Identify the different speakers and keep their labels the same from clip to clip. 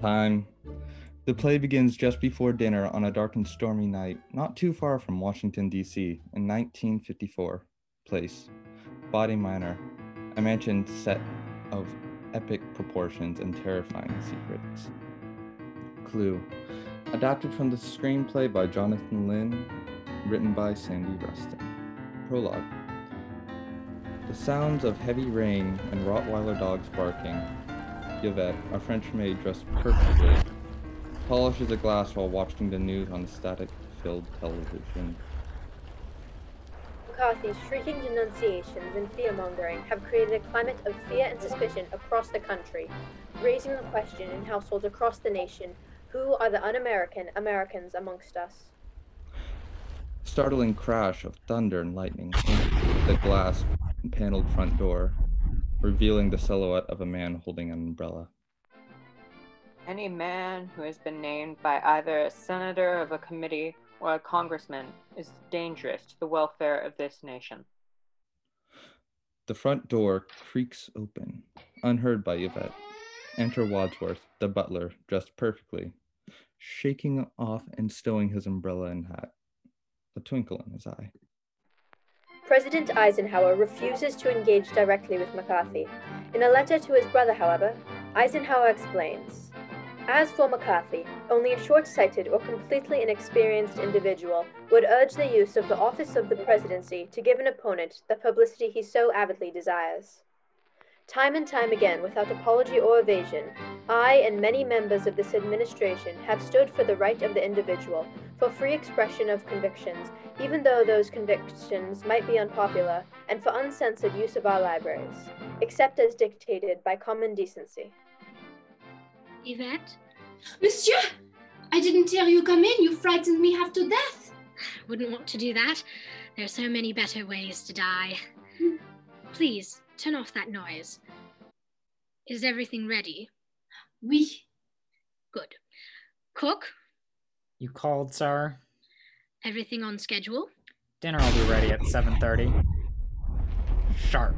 Speaker 1: Time. The play begins just before dinner on a dark and stormy night, not too far from Washington, D.C., in 1954. Place. Body Minor. A mansion set of epic proportions and terrifying secrets. Clue. Adapted from the screenplay by Jonathan Lynn, written by Sandy Rustin. Prologue. The sounds of heavy rain and Rottweiler dogs barking. Yvette, a French maid dressed perfectly, polishes a glass while watching the news on static filled television.
Speaker 2: McCarthy's shrieking denunciations and fear mongering have created a climate of fear and suspicion across the country, raising the question in households across the nation who are the un American Americans amongst us?
Speaker 1: Startling crash of thunder and lightning hits the glass paneled front door, revealing the silhouette of a man holding an umbrella.
Speaker 3: Any man who has been named by either a senator of a committee or a congressman is dangerous to the welfare of this nation.
Speaker 1: The front door creaks open, unheard by Yvette. Enter Wadsworth, the butler, dressed perfectly, shaking off and stowing his umbrella and hat, a twinkle in his eye.
Speaker 2: President Eisenhower refuses to engage directly with McCarthy. In a letter to his brother, however, Eisenhower explains As for McCarthy, only a short sighted or completely inexperienced individual would urge the use of the office of the presidency to give an opponent the publicity he so avidly desires. Time and time again, without apology or evasion, I and many members of this administration have stood for the right of the individual, for free expression of convictions, even though those convictions might be unpopular, and for uncensored use of our libraries, except as dictated by common decency.
Speaker 4: Yvette? Monsieur! I didn't dare you come in. You frightened me half to death.
Speaker 5: Wouldn't want to do that. There are so many better ways to die.
Speaker 4: Hmm.
Speaker 5: Please, turn off that noise. Is everything ready?
Speaker 4: Oui.
Speaker 5: Good. Cook,
Speaker 6: You called, sir.
Speaker 5: everything on schedule?
Speaker 6: Dinner will be ready at 7:30. Sharp.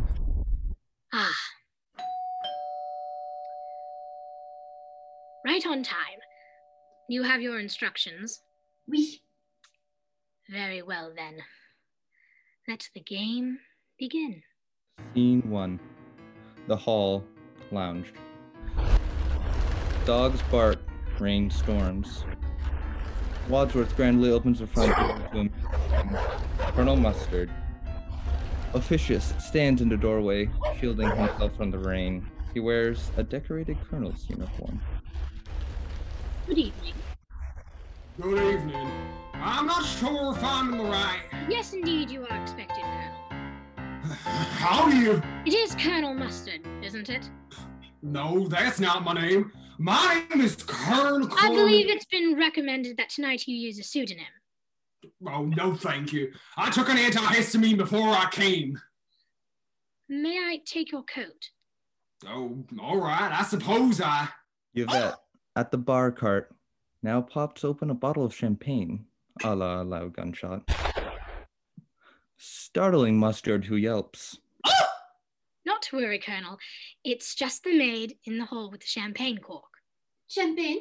Speaker 5: Ah. Right on time. You have your instructions.
Speaker 4: Oui.
Speaker 5: Very well, then. Let the game begin.
Speaker 1: Scene 1 The Hall, Lounge. Dogs bark, rain storms. Wadsworth grandly opens the front door to him. Colonel Mustard. Officious stands in the doorway, shielding himself from the rain. He wears a decorated colonel's uniform.
Speaker 5: Good evening.
Speaker 7: Good evening. I'm not sure if I'm in the right.
Speaker 5: Yes, indeed, you are expected, Colonel.
Speaker 7: How do you?
Speaker 5: It is Colonel Mustard, isn't it?
Speaker 7: No, that's not my name. My name is Colonel.
Speaker 5: I believe it's been recommended that tonight you use a pseudonym.
Speaker 7: Oh no, thank you. I took an antihistamine before I came.
Speaker 5: May I take your coat?
Speaker 7: Oh, all right. I suppose I. Oh.
Speaker 1: Yvette, at the bar cart, now pops open a bottle of champagne, a la loud gunshot. Startling Mustard, who yelps.
Speaker 5: Not to worry, Colonel. It's just the maid in the hall with the champagne cork.
Speaker 4: Champagne?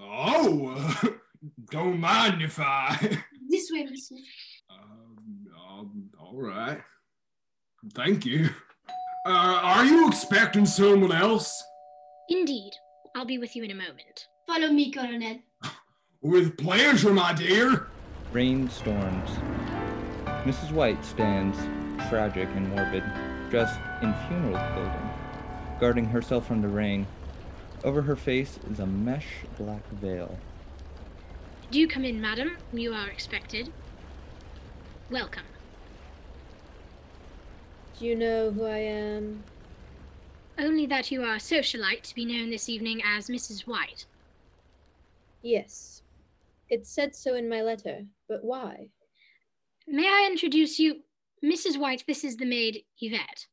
Speaker 7: Oh, uh, don't mind if I.
Speaker 4: This way, monsieur.
Speaker 7: Um, um, all right. Thank you. Uh, are you expecting someone else
Speaker 5: Indeed. I'll be with you in a moment.
Speaker 4: Follow me, Colonel.
Speaker 7: with pleasure, my dear?
Speaker 1: Rain storms. Mrs. White stands, tragic and morbid, dressed in funeral clothing, guarding herself from the rain. Over her face is a mesh black veil.
Speaker 5: Do come in, madam. You are expected. Welcome.
Speaker 2: Do you know who I am?
Speaker 5: Only that you are a socialite to be known this evening as Mrs. White.
Speaker 2: Yes. It said so in my letter, but why?
Speaker 5: May I introduce you? Mrs. White, this is the maid, Yvette.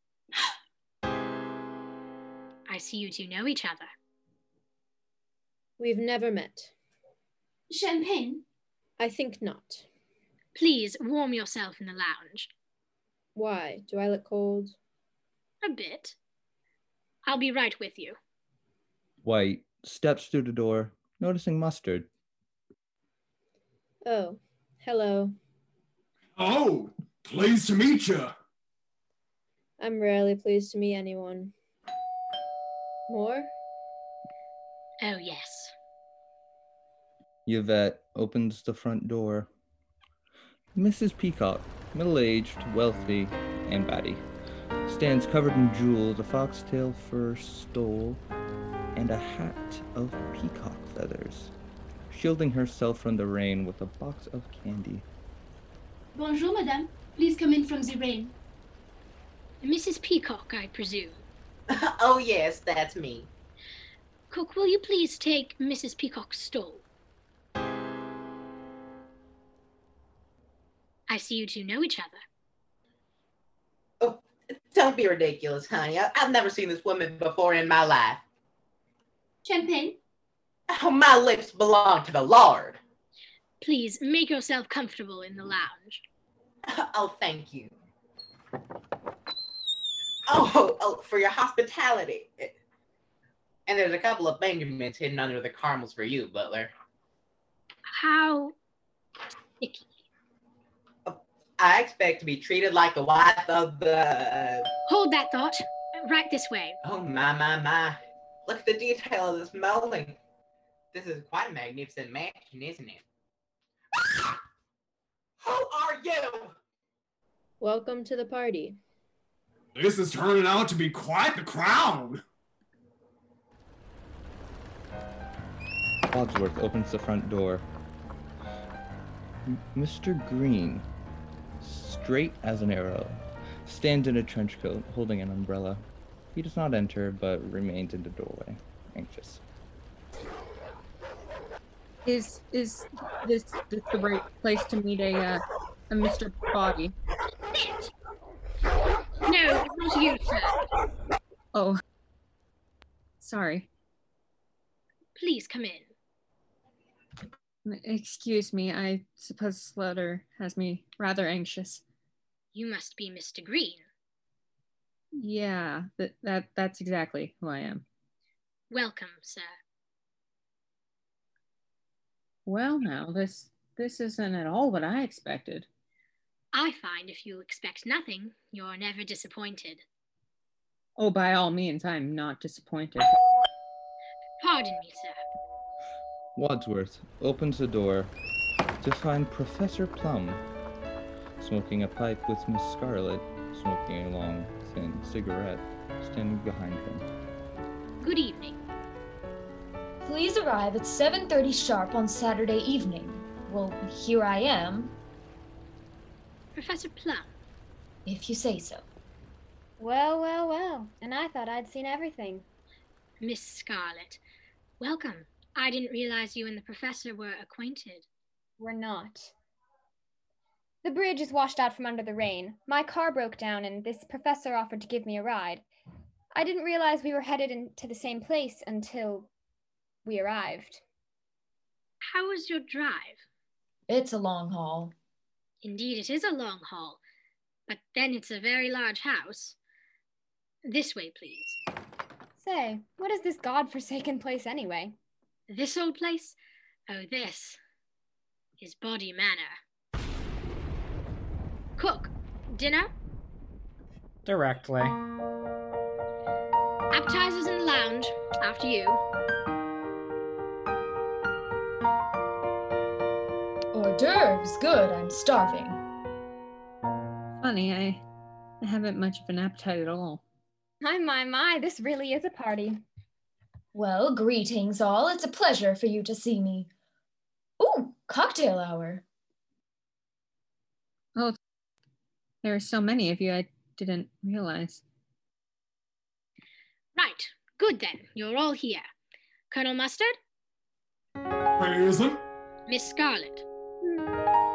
Speaker 5: I see you two know each other.
Speaker 2: We've never met.
Speaker 4: Champagne?
Speaker 2: I think not.
Speaker 5: Please warm yourself in the lounge.
Speaker 2: Why? Do I look cold?
Speaker 5: A bit. I'll be right with you.
Speaker 1: White steps through the door, noticing Mustard.
Speaker 2: Oh, hello.
Speaker 7: Oh, pleased to meet you.
Speaker 2: I'm rarely pleased to meet anyone. More?
Speaker 5: Oh, yes.
Speaker 1: Yvette opens the front door. Mrs. Peacock, middle aged, wealthy, and batty, stands covered in jewels, a foxtail fur stole, and a hat of peacock feathers, shielding herself from the rain with a box of candy.
Speaker 8: Bonjour, madame. Please come in from the rain.
Speaker 5: Mrs. Peacock, I presume.
Speaker 6: oh, yes, that's me.
Speaker 5: Cook, will you please take Mrs. Peacock's stole? I see you two know each other.
Speaker 6: Oh, don't be ridiculous, honey. I, have never seen this woman before in my life.
Speaker 8: Champagne?
Speaker 6: Oh, my lips belong to the Lord.
Speaker 5: Please make yourself comfortable in the lounge.
Speaker 6: Oh, thank you. Oh, oh, for your hospitality. And there's a couple of Benjamins hidden under the caramels for you, butler.
Speaker 5: How sticky.
Speaker 6: I expect to be treated like the wife of the.
Speaker 5: Hold that thought. Right this way.
Speaker 6: Oh, my, my, my. Look at the detail of this molding. This is quite a magnificent mansion, isn't it? Ah! Who are you?
Speaker 2: Welcome to the party.
Speaker 7: This is turning out to be quite the crowd.
Speaker 1: Wadsworth opens the front door. M- Mr. Green, straight as an arrow, stands in a trench coat holding an umbrella. He does not enter but remains in the doorway, anxious.
Speaker 9: Is is this, this the right place to meet a uh, a Mr. Body?
Speaker 5: Sit! No, not you, sir.
Speaker 9: Oh, sorry.
Speaker 5: Please come in.
Speaker 9: Excuse me. I suppose this letter has me rather anxious.
Speaker 5: You must be Mr. Green.
Speaker 9: Yeah, that, that that's exactly who I am.
Speaker 5: Welcome, sir.
Speaker 9: Well, now this this isn't at all what I expected.
Speaker 5: I find if you expect nothing, you're never disappointed.
Speaker 9: Oh, by all means, I'm not disappointed.
Speaker 5: Pardon me, sir.
Speaker 1: Wadsworth opens the door to find Professor Plum smoking a pipe with Miss Scarlet, smoking a long, thin cigarette, standing behind him.
Speaker 5: Good evening.
Speaker 10: Please arrive at 7:30 sharp on Saturday evening. Well, here I am,
Speaker 5: Professor Plum,
Speaker 10: if you say so.
Speaker 11: Well, well, well. And I thought I'd seen everything.
Speaker 5: Miss Scarlet, welcome. I didn't realize you and the professor were acquainted.
Speaker 11: We're not. The bridge is washed out from under the rain. My car broke down, and this professor offered to give me a ride. I didn't realize we were headed in to the same place until we arrived.
Speaker 5: How was your drive?
Speaker 10: It's a long haul.
Speaker 5: Indeed, it is a long haul, but then it's a very large house. This way, please.
Speaker 11: Say, what is this god-forsaken place anyway?
Speaker 5: This old place? Oh, this is Body Manor. Cook, dinner?
Speaker 12: Directly.
Speaker 5: Appetizers in the lounge, after you.
Speaker 10: Hors d'oeuvres, good. I'm starving.
Speaker 9: Funny, I, I haven't much of an appetite at all.
Speaker 11: My, my, my, this really is a party.
Speaker 10: Well, greetings all. It's a pleasure for you to see me. Ooh, cocktail hour.
Speaker 9: Oh, there are so many of you I didn't realize.
Speaker 5: Right, good then. You're all here. Colonel Mustard?
Speaker 7: Present.
Speaker 5: Miss Scarlet?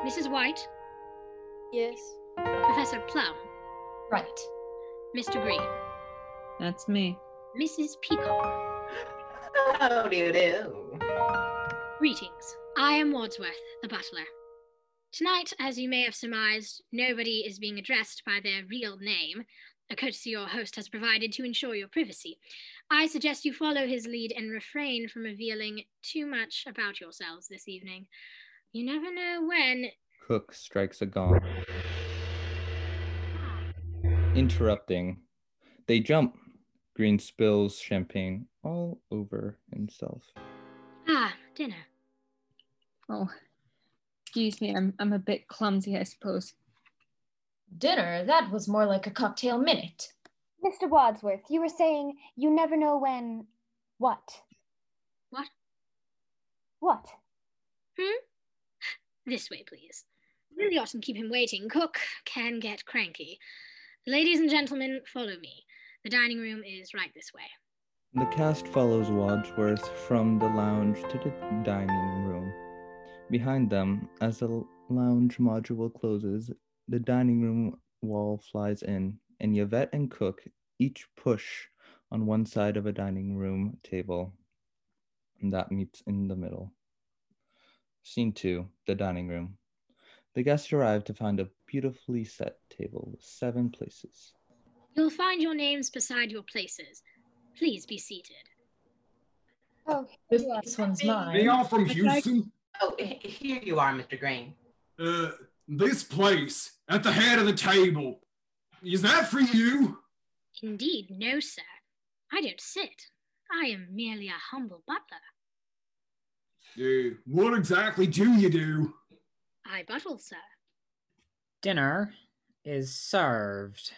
Speaker 5: Mrs. White?
Speaker 2: Yes.
Speaker 5: Professor Plum?
Speaker 10: Right.
Speaker 5: Mr. Green?
Speaker 9: That's me.
Speaker 5: Mrs. Peacock?
Speaker 6: Oh, do do.
Speaker 5: Greetings. I am Wadsworth, the butler. Tonight, as you may have surmised, nobody is being addressed by their real name, a courtesy your host has provided to ensure your privacy. I suggest you follow his lead and refrain from revealing too much about yourselves this evening. You never know when.
Speaker 1: Cook strikes a gong. Interrupting. They jump. Green spills champagne all over himself.
Speaker 5: Ah, dinner.
Speaker 9: Oh, excuse me, I'm, I'm a bit clumsy, I suppose.
Speaker 10: Dinner, that was more like a cocktail minute.
Speaker 11: Mr. Wadsworth, you were saying you never know when. What?
Speaker 5: What?
Speaker 11: What?
Speaker 5: Hmm? This way, please. Really oughtn't keep him waiting. Cook can get cranky. Ladies and gentlemen, follow me. The dining room is right this way.
Speaker 1: The cast follows Wadsworth from the lounge to the dining room. Behind them, as the lounge module closes, the dining room wall flies in, and Yvette and Cook each push on one side of a dining room table and that meets in the middle. Scene two, the dining room. The guests arrive to find a beautifully set table with seven places.
Speaker 5: You'll find your names beside your places. Please be seated.
Speaker 11: Oh,
Speaker 10: this, this one's mine.
Speaker 7: They all from Houston.
Speaker 6: Oh, h- here you are, Mr. Green.
Speaker 7: Uh, this place at the head of the table. Is that for you?
Speaker 5: Indeed, no, sir. I don't sit. I am merely a humble butler.
Speaker 7: Uh, what exactly do you do?
Speaker 5: I buttle, sir.
Speaker 12: Dinner is served.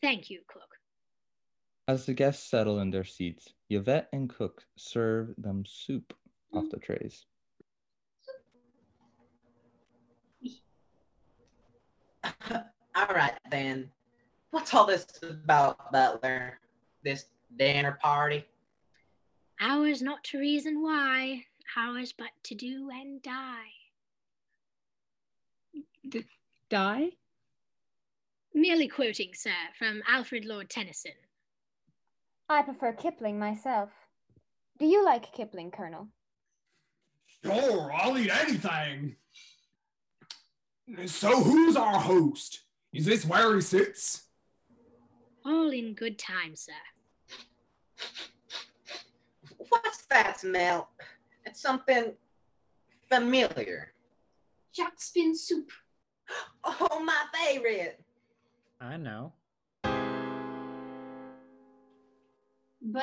Speaker 5: Thank you, cook.
Speaker 1: As the guests settle in their seats, Yvette and Cook serve them soup off the trays.
Speaker 6: all right then. What's all this about, Butler? This dinner party?
Speaker 5: Ours not to reason why, ours but to do and die.
Speaker 9: D- die?
Speaker 5: Merely quoting, sir, from Alfred Lord Tennyson.
Speaker 11: I prefer Kipling myself. Do you like Kipling, Colonel?
Speaker 7: Sure, I'll eat anything. So, who's our host? Is this where he sits?
Speaker 5: All in good time, sir.
Speaker 6: What's that smell? It's something familiar.
Speaker 8: Jack Spin soup.
Speaker 6: Oh, my favorite.
Speaker 12: I know.
Speaker 8: Bon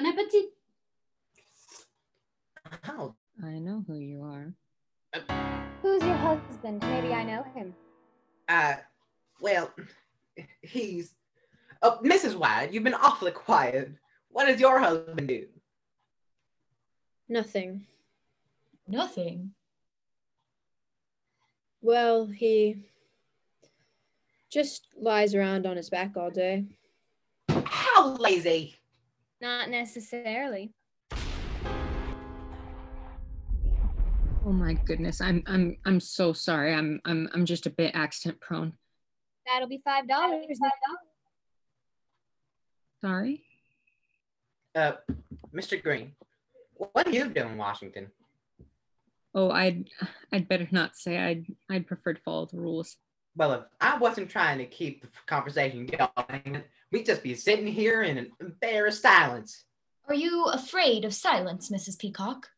Speaker 8: appetit.
Speaker 6: Oh,
Speaker 9: I know who you are.
Speaker 11: Who's your husband? Maybe I know him.
Speaker 6: uh, well, he's. Oh, Mrs. Wyatt, you've been awfully quiet. What does your husband do?
Speaker 2: Nothing.
Speaker 10: Nothing.
Speaker 2: Well, he just lies around on his back all day.
Speaker 6: How lazy.
Speaker 11: Not necessarily.
Speaker 9: Oh my goodness, I'm I'm I'm so sorry. I'm I'm I'm just a bit accident prone.
Speaker 11: That'll be five dollars.
Speaker 9: Sorry.
Speaker 6: Uh, Mr. Green, what do you do in Washington?
Speaker 9: Oh, I'd I'd better not say. I'd I'd prefer to follow the rules.
Speaker 6: Well, if I wasn't trying to keep the conversation going, we'd just be sitting here in an embarrassed silence.
Speaker 10: Are you afraid of silence, Mrs. Peacock?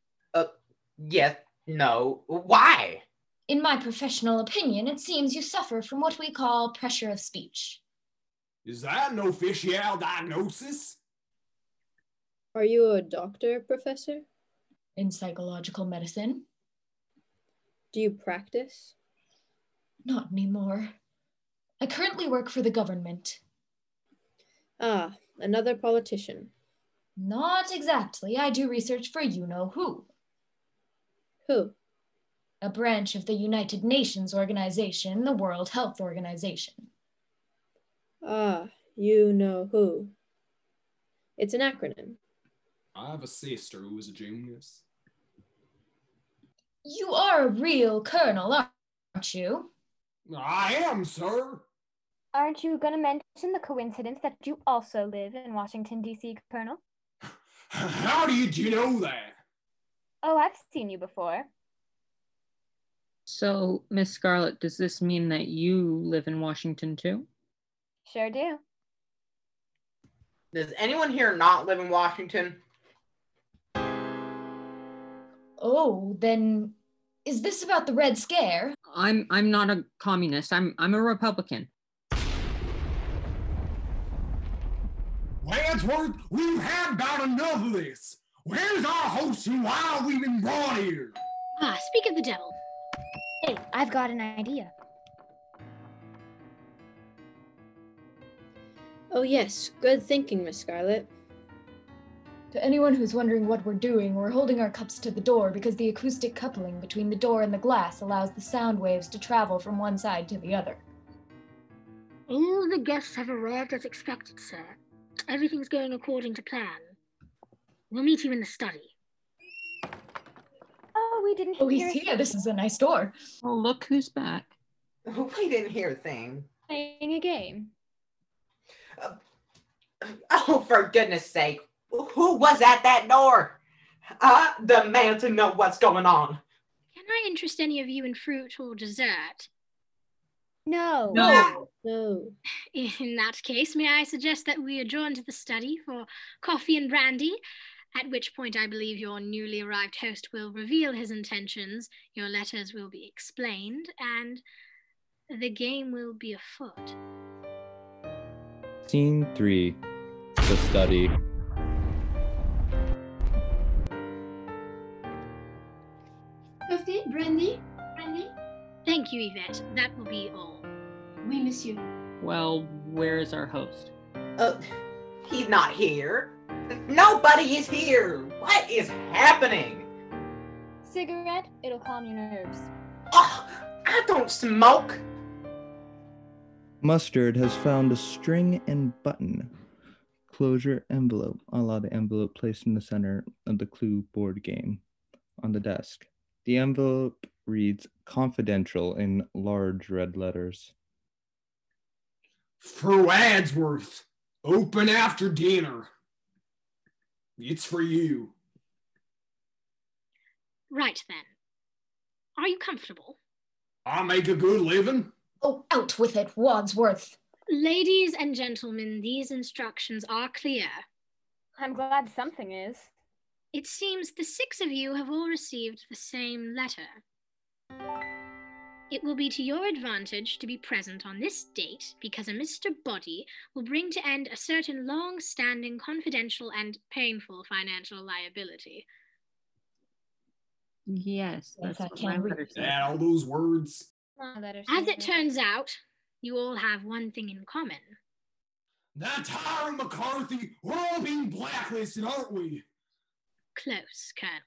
Speaker 6: Yes, no, why?
Speaker 10: In my professional opinion, it seems you suffer from what we call pressure of speech.
Speaker 7: Is that an official diagnosis?
Speaker 2: Are you a doctor, Professor?
Speaker 10: In psychological medicine,
Speaker 2: Do you practice?
Speaker 10: not anymore. I currently work for the government.
Speaker 2: Ah, another politician.
Speaker 10: Not exactly. I do research for you know who,
Speaker 2: Who?
Speaker 10: a branch of the United Nations organization, the World Health Organization.
Speaker 2: Ah, you know who. It's an acronym.
Speaker 7: I have a sister who is a genius.
Speaker 10: You are a real colonel, aren't you?
Speaker 7: I am, sir.
Speaker 11: Aren't you going to mention the coincidence that you also live in Washington, D.C., Colonel?
Speaker 7: How did you know that?
Speaker 11: Oh, I've seen you before.
Speaker 9: So, Miss Scarlett, does this mean that you live in Washington too?
Speaker 11: Sure do.
Speaker 6: Does anyone here not live in Washington?
Speaker 10: Oh, then is this about the Red Scare?
Speaker 9: I'm I'm not a communist. I'm I'm a Republican.
Speaker 7: Lansworth, we've had about enough of this. Where's our host and why have we been brought here?
Speaker 5: Ah, speak of the devil.
Speaker 11: Hey, I've got an idea.
Speaker 2: Oh, yes. Good thinking, Miss Scarlet.
Speaker 10: To anyone who's wondering what we're doing, we're holding our cups to the door because the acoustic coupling between the door and the glass allows the sound waves to travel from one side to the other.
Speaker 5: All the guests have arrived as expected, sir. Everything's going according to plan. We'll meet you in the study.
Speaker 11: Oh, we didn't
Speaker 10: Oh, he's here. This is a nice door.
Speaker 9: Well, Oh, look who's back.
Speaker 6: Hopefully, you didn't hear a thing.
Speaker 11: Playing a game.
Speaker 6: Oh, for goodness sake. Who was at that door? I demand to know what's going on.
Speaker 5: Can I interest any of you in fruit or dessert?
Speaker 2: No.
Speaker 9: No.
Speaker 2: No.
Speaker 5: In that case, may I suggest that we adjourn to the study for coffee and brandy? At which point, I believe your newly arrived host will reveal his intentions, your letters will be explained, and the game will be afoot.
Speaker 1: Scene three, the study.
Speaker 8: Coffee, brandy, brandy.
Speaker 5: Thank you, Yvette. That will be all.
Speaker 8: Oui, monsieur.
Speaker 9: Well, where is our host?
Speaker 6: Uh, he's not here. Nobody is here. What is happening?
Speaker 11: Cigarette, it'll calm your nerves.
Speaker 10: Ah!
Speaker 6: Oh, I don't smoke.
Speaker 1: Mustard has found a string and button closure envelope, a la the envelope placed in the center of the clue board game on the desk. The envelope reads confidential in large red letters.
Speaker 7: Fruadsworth, open after dinner. It's for you.
Speaker 5: Right then. Are you comfortable?
Speaker 7: I make a good living.
Speaker 10: Oh, out with it, Wadsworth.
Speaker 5: Ladies and gentlemen, these instructions are clear.
Speaker 11: I'm glad something is.
Speaker 5: It seems the six of you have all received the same letter. It will be to your advantage to be present on this date because a Mr. Body will bring to end a certain long standing confidential and painful financial liability.
Speaker 9: Yes, that's
Speaker 10: I
Speaker 9: what
Speaker 10: can't
Speaker 9: my
Speaker 10: read.
Speaker 9: letter says.
Speaker 7: Yeah, all those words.
Speaker 5: As it turns out, you all have one thing in common.
Speaker 7: That's Hiram McCarthy. We're all being blacklisted, aren't we?
Speaker 5: Close, Colonel.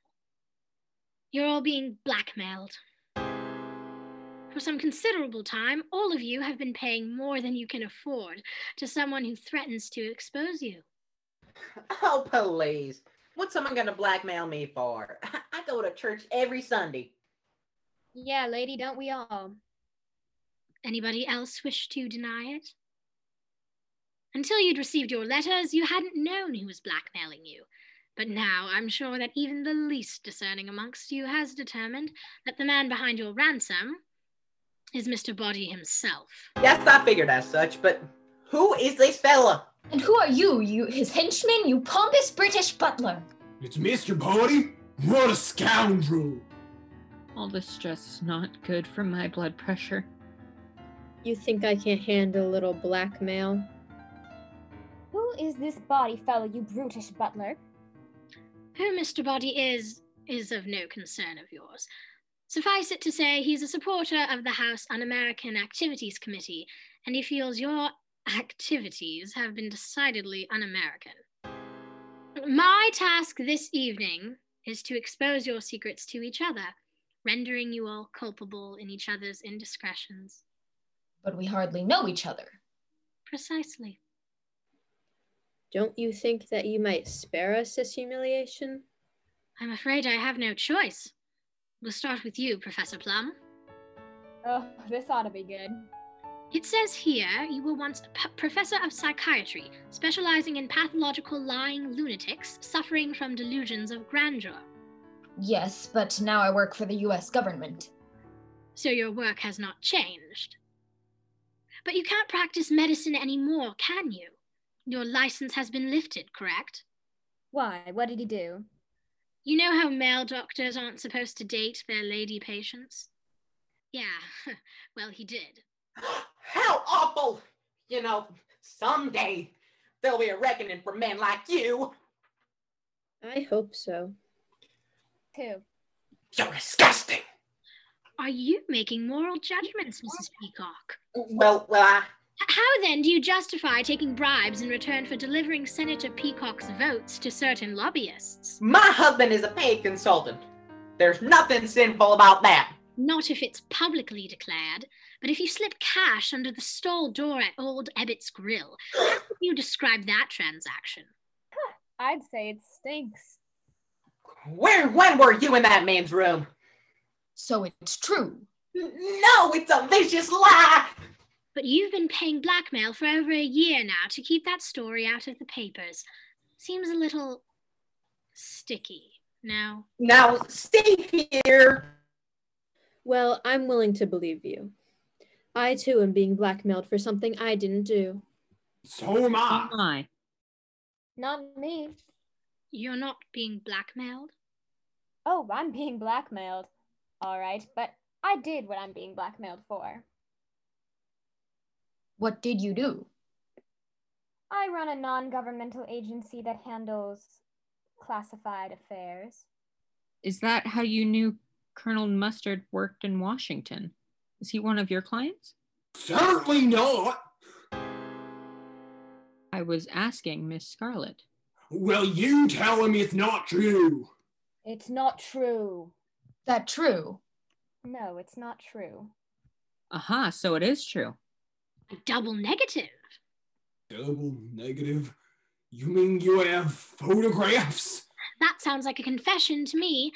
Speaker 5: You're all being blackmailed. For some considerable time, all of you have been paying more than you can afford to someone who threatens to expose you.
Speaker 6: Oh, please. What's someone going to blackmail me for? I go to church every Sunday.
Speaker 11: Yeah, lady, don't we all?
Speaker 5: Anybody else wish to deny it? Until you'd received your letters, you hadn't known who was blackmailing you. But now I'm sure that even the least discerning amongst you has determined that the man behind your ransom is Mr. Body himself.
Speaker 6: Yes, I figured as such, but who is this fella?
Speaker 10: And who are you? You his henchman, you pompous British butler.
Speaker 7: It's Mr. Bodie. What a scoundrel.
Speaker 9: All this stress is not good for my blood pressure.
Speaker 2: You think I can't handle a little blackmail?
Speaker 11: Who is this body fellow, you brutish butler?
Speaker 5: Who Mr. Body is, is of no concern of yours. Suffice it to say, he's a supporter of the House Un American Activities Committee, and he feels your activities have been decidedly un American. My task this evening is to expose your secrets to each other, rendering you all culpable in each other's indiscretions.
Speaker 10: But we hardly know each other.
Speaker 5: Precisely.
Speaker 2: Don't you think that you might spare us this humiliation?
Speaker 5: I'm afraid I have no choice. We'll start with you, Professor Plum.
Speaker 11: Oh, this ought to be good.
Speaker 5: It says here you were once a p- professor of psychiatry, specializing in pathological lying lunatics suffering from delusions of grandeur.
Speaker 10: Yes, but now I work for the US government.
Speaker 5: So your work has not changed. But you can't practice medicine anymore, can you? Your license has been lifted, correct?
Speaker 11: Why? What did he do?
Speaker 5: You know how male doctors aren't supposed to date their lady patients? Yeah, well, he did.
Speaker 6: How awful! You know, someday there'll be a reckoning for men like you.
Speaker 2: I hope so.
Speaker 11: Who?
Speaker 6: You're disgusting.
Speaker 5: Are you making moral judgments, Mrs. Peacock?
Speaker 6: Well, well, I,
Speaker 5: H- How then do you justify taking bribes in return for delivering Senator Peacock's votes to certain lobbyists?
Speaker 6: my husband is a paid consultant. There's nothing sinful about that.
Speaker 5: Not if it's publicly declared, but if you slip cash under the stall door at old Ebbitt's Grill, how would you describe that transaction?
Speaker 11: I'd say it stinks.
Speaker 6: Where, when were you in that man's room?
Speaker 10: So it's true.
Speaker 6: No, it's a vicious lie.
Speaker 5: But you've been paying blackmail for over a year now to keep that story out of the papers. Seems a little sticky. No.
Speaker 6: Now stay here.
Speaker 2: Well, I'm willing to believe you. I too am being blackmailed for something I didn't do.
Speaker 7: So am I.
Speaker 9: My.
Speaker 11: Not me.
Speaker 5: You're not being blackmailed?
Speaker 11: Oh, I'm being blackmailed. All right, but I did what I'm being blackmailed for.
Speaker 10: What did you do?
Speaker 11: I run a non governmental agency that handles classified affairs.
Speaker 9: Is that how you knew Colonel Mustard worked in Washington? Is he one of your clients?
Speaker 7: Certainly not.
Speaker 9: I was asking Miss Scarlet.
Speaker 7: Well, you tell him it's not true.
Speaker 11: It's not true.
Speaker 10: That true.
Speaker 11: No, it's not true.
Speaker 9: Aha, so it is true.
Speaker 5: A double negative.
Speaker 7: Double negative. You mean you have photographs?
Speaker 5: That sounds like a confession to me.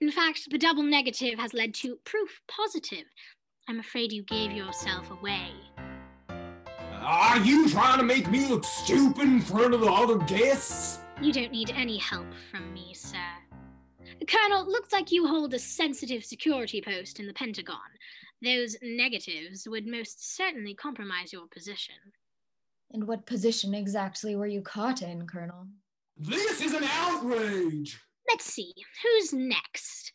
Speaker 5: In fact, the double negative has led to proof positive. I'm afraid you gave yourself away.
Speaker 7: Are you trying to make me look stupid in front of the other guests?
Speaker 5: You don't need any help from me, sir. Colonel, looks like you hold a sensitive security post in the Pentagon. Those negatives would most certainly compromise your position.
Speaker 10: And what position exactly were you caught in, Colonel?
Speaker 7: This is an outrage.
Speaker 5: Let's see, who's next?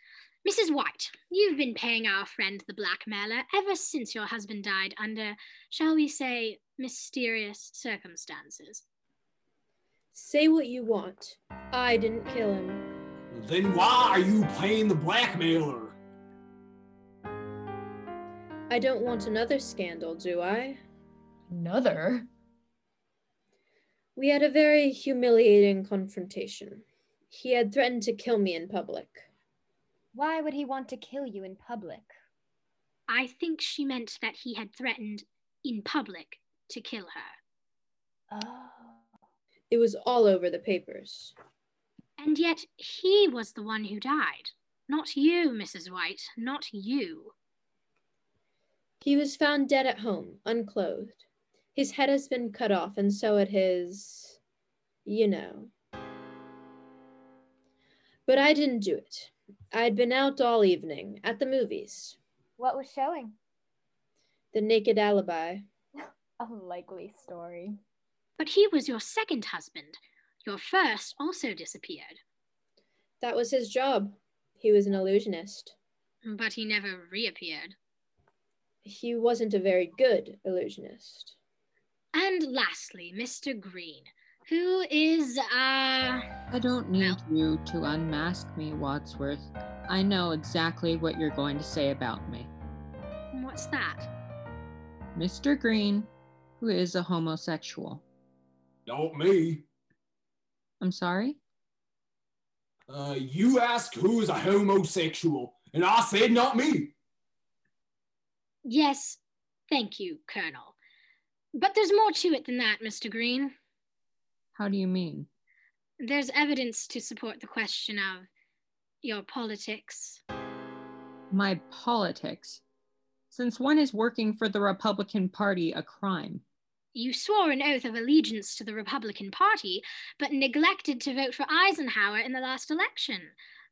Speaker 5: Mrs. White, you've been paying our friend the blackmailer ever since your husband died under, shall we say, mysterious circumstances.
Speaker 2: Say what you want. I didn't kill him.
Speaker 7: Then why are you playing the blackmailer?
Speaker 2: I don't want another scandal, do I?
Speaker 10: Another?
Speaker 2: We had a very humiliating confrontation. He had threatened to kill me in public.
Speaker 11: Why would he want to kill you in public?
Speaker 5: I think she meant that he had threatened in public to kill her.
Speaker 11: Oh.
Speaker 2: It was all over the papers.
Speaker 5: And yet he was the one who died. Not you, Mrs. White, not you.
Speaker 2: He was found dead at home, unclothed. His head has been cut off, and so had his. you know. But I didn't do it. I'd been out all evening, at the movies,
Speaker 11: What was showing?
Speaker 2: the naked alibi.
Speaker 11: A likely story.
Speaker 5: But he was your second husband. Your first also disappeared,
Speaker 2: That was his job. He was an illusionist.
Speaker 5: but he never reappeared.
Speaker 2: He wasn't a very good illusionist.
Speaker 5: And lastly, Mr. Green, who is, uh.
Speaker 9: I don't need you to unmask me, Wadsworth. I know exactly what you're going to say about me.
Speaker 5: What's that?
Speaker 9: Mr. Green, who is a homosexual.
Speaker 7: Not me.
Speaker 9: I'm sorry?
Speaker 7: Uh, you asked who is a homosexual, and I said not me.
Speaker 5: Yes, thank you, Colonel. But there's more to it than that, Mr. Green.
Speaker 9: How do you mean?
Speaker 5: There's evidence to support the question of your politics.
Speaker 9: My politics. Since one is working for the Republican Party a crime?
Speaker 5: You swore an oath of allegiance to the Republican Party, but neglected to vote for Eisenhower in the last election.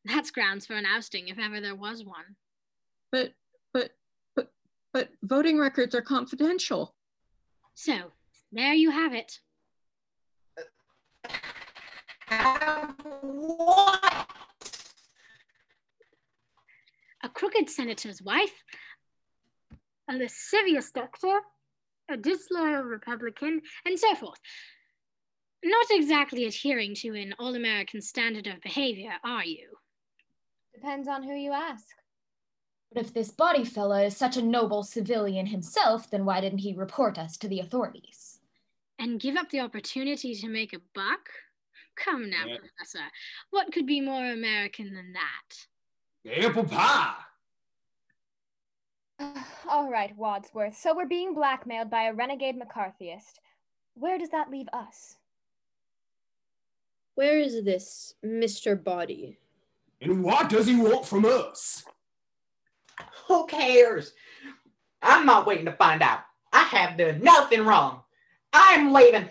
Speaker 5: That's grounds for an ousting if ever there was one.
Speaker 9: But, but, but, but voting records are confidential.
Speaker 5: So, there you have it. crooked senator's wife, a lascivious doctor, a disloyal Republican, and so forth. Not exactly adhering to an all American standard of behavior, are you?
Speaker 11: Depends on who you ask.
Speaker 10: But if this body fella is such a noble civilian himself, then why didn't he report us to the authorities?
Speaker 5: And give up the opportunity to make a buck? Come now,
Speaker 7: Yeah.
Speaker 5: Professor. What could be more American than that?
Speaker 7: Apple pie.
Speaker 11: All right, Wadsworth. So we're being blackmailed by a renegade McCarthyist. Where does that leave us?
Speaker 2: Where is this Mr. Body?
Speaker 7: And what does he want from us?
Speaker 6: Who cares? I'm not waiting to find out. I have done nothing wrong. I'm leaving.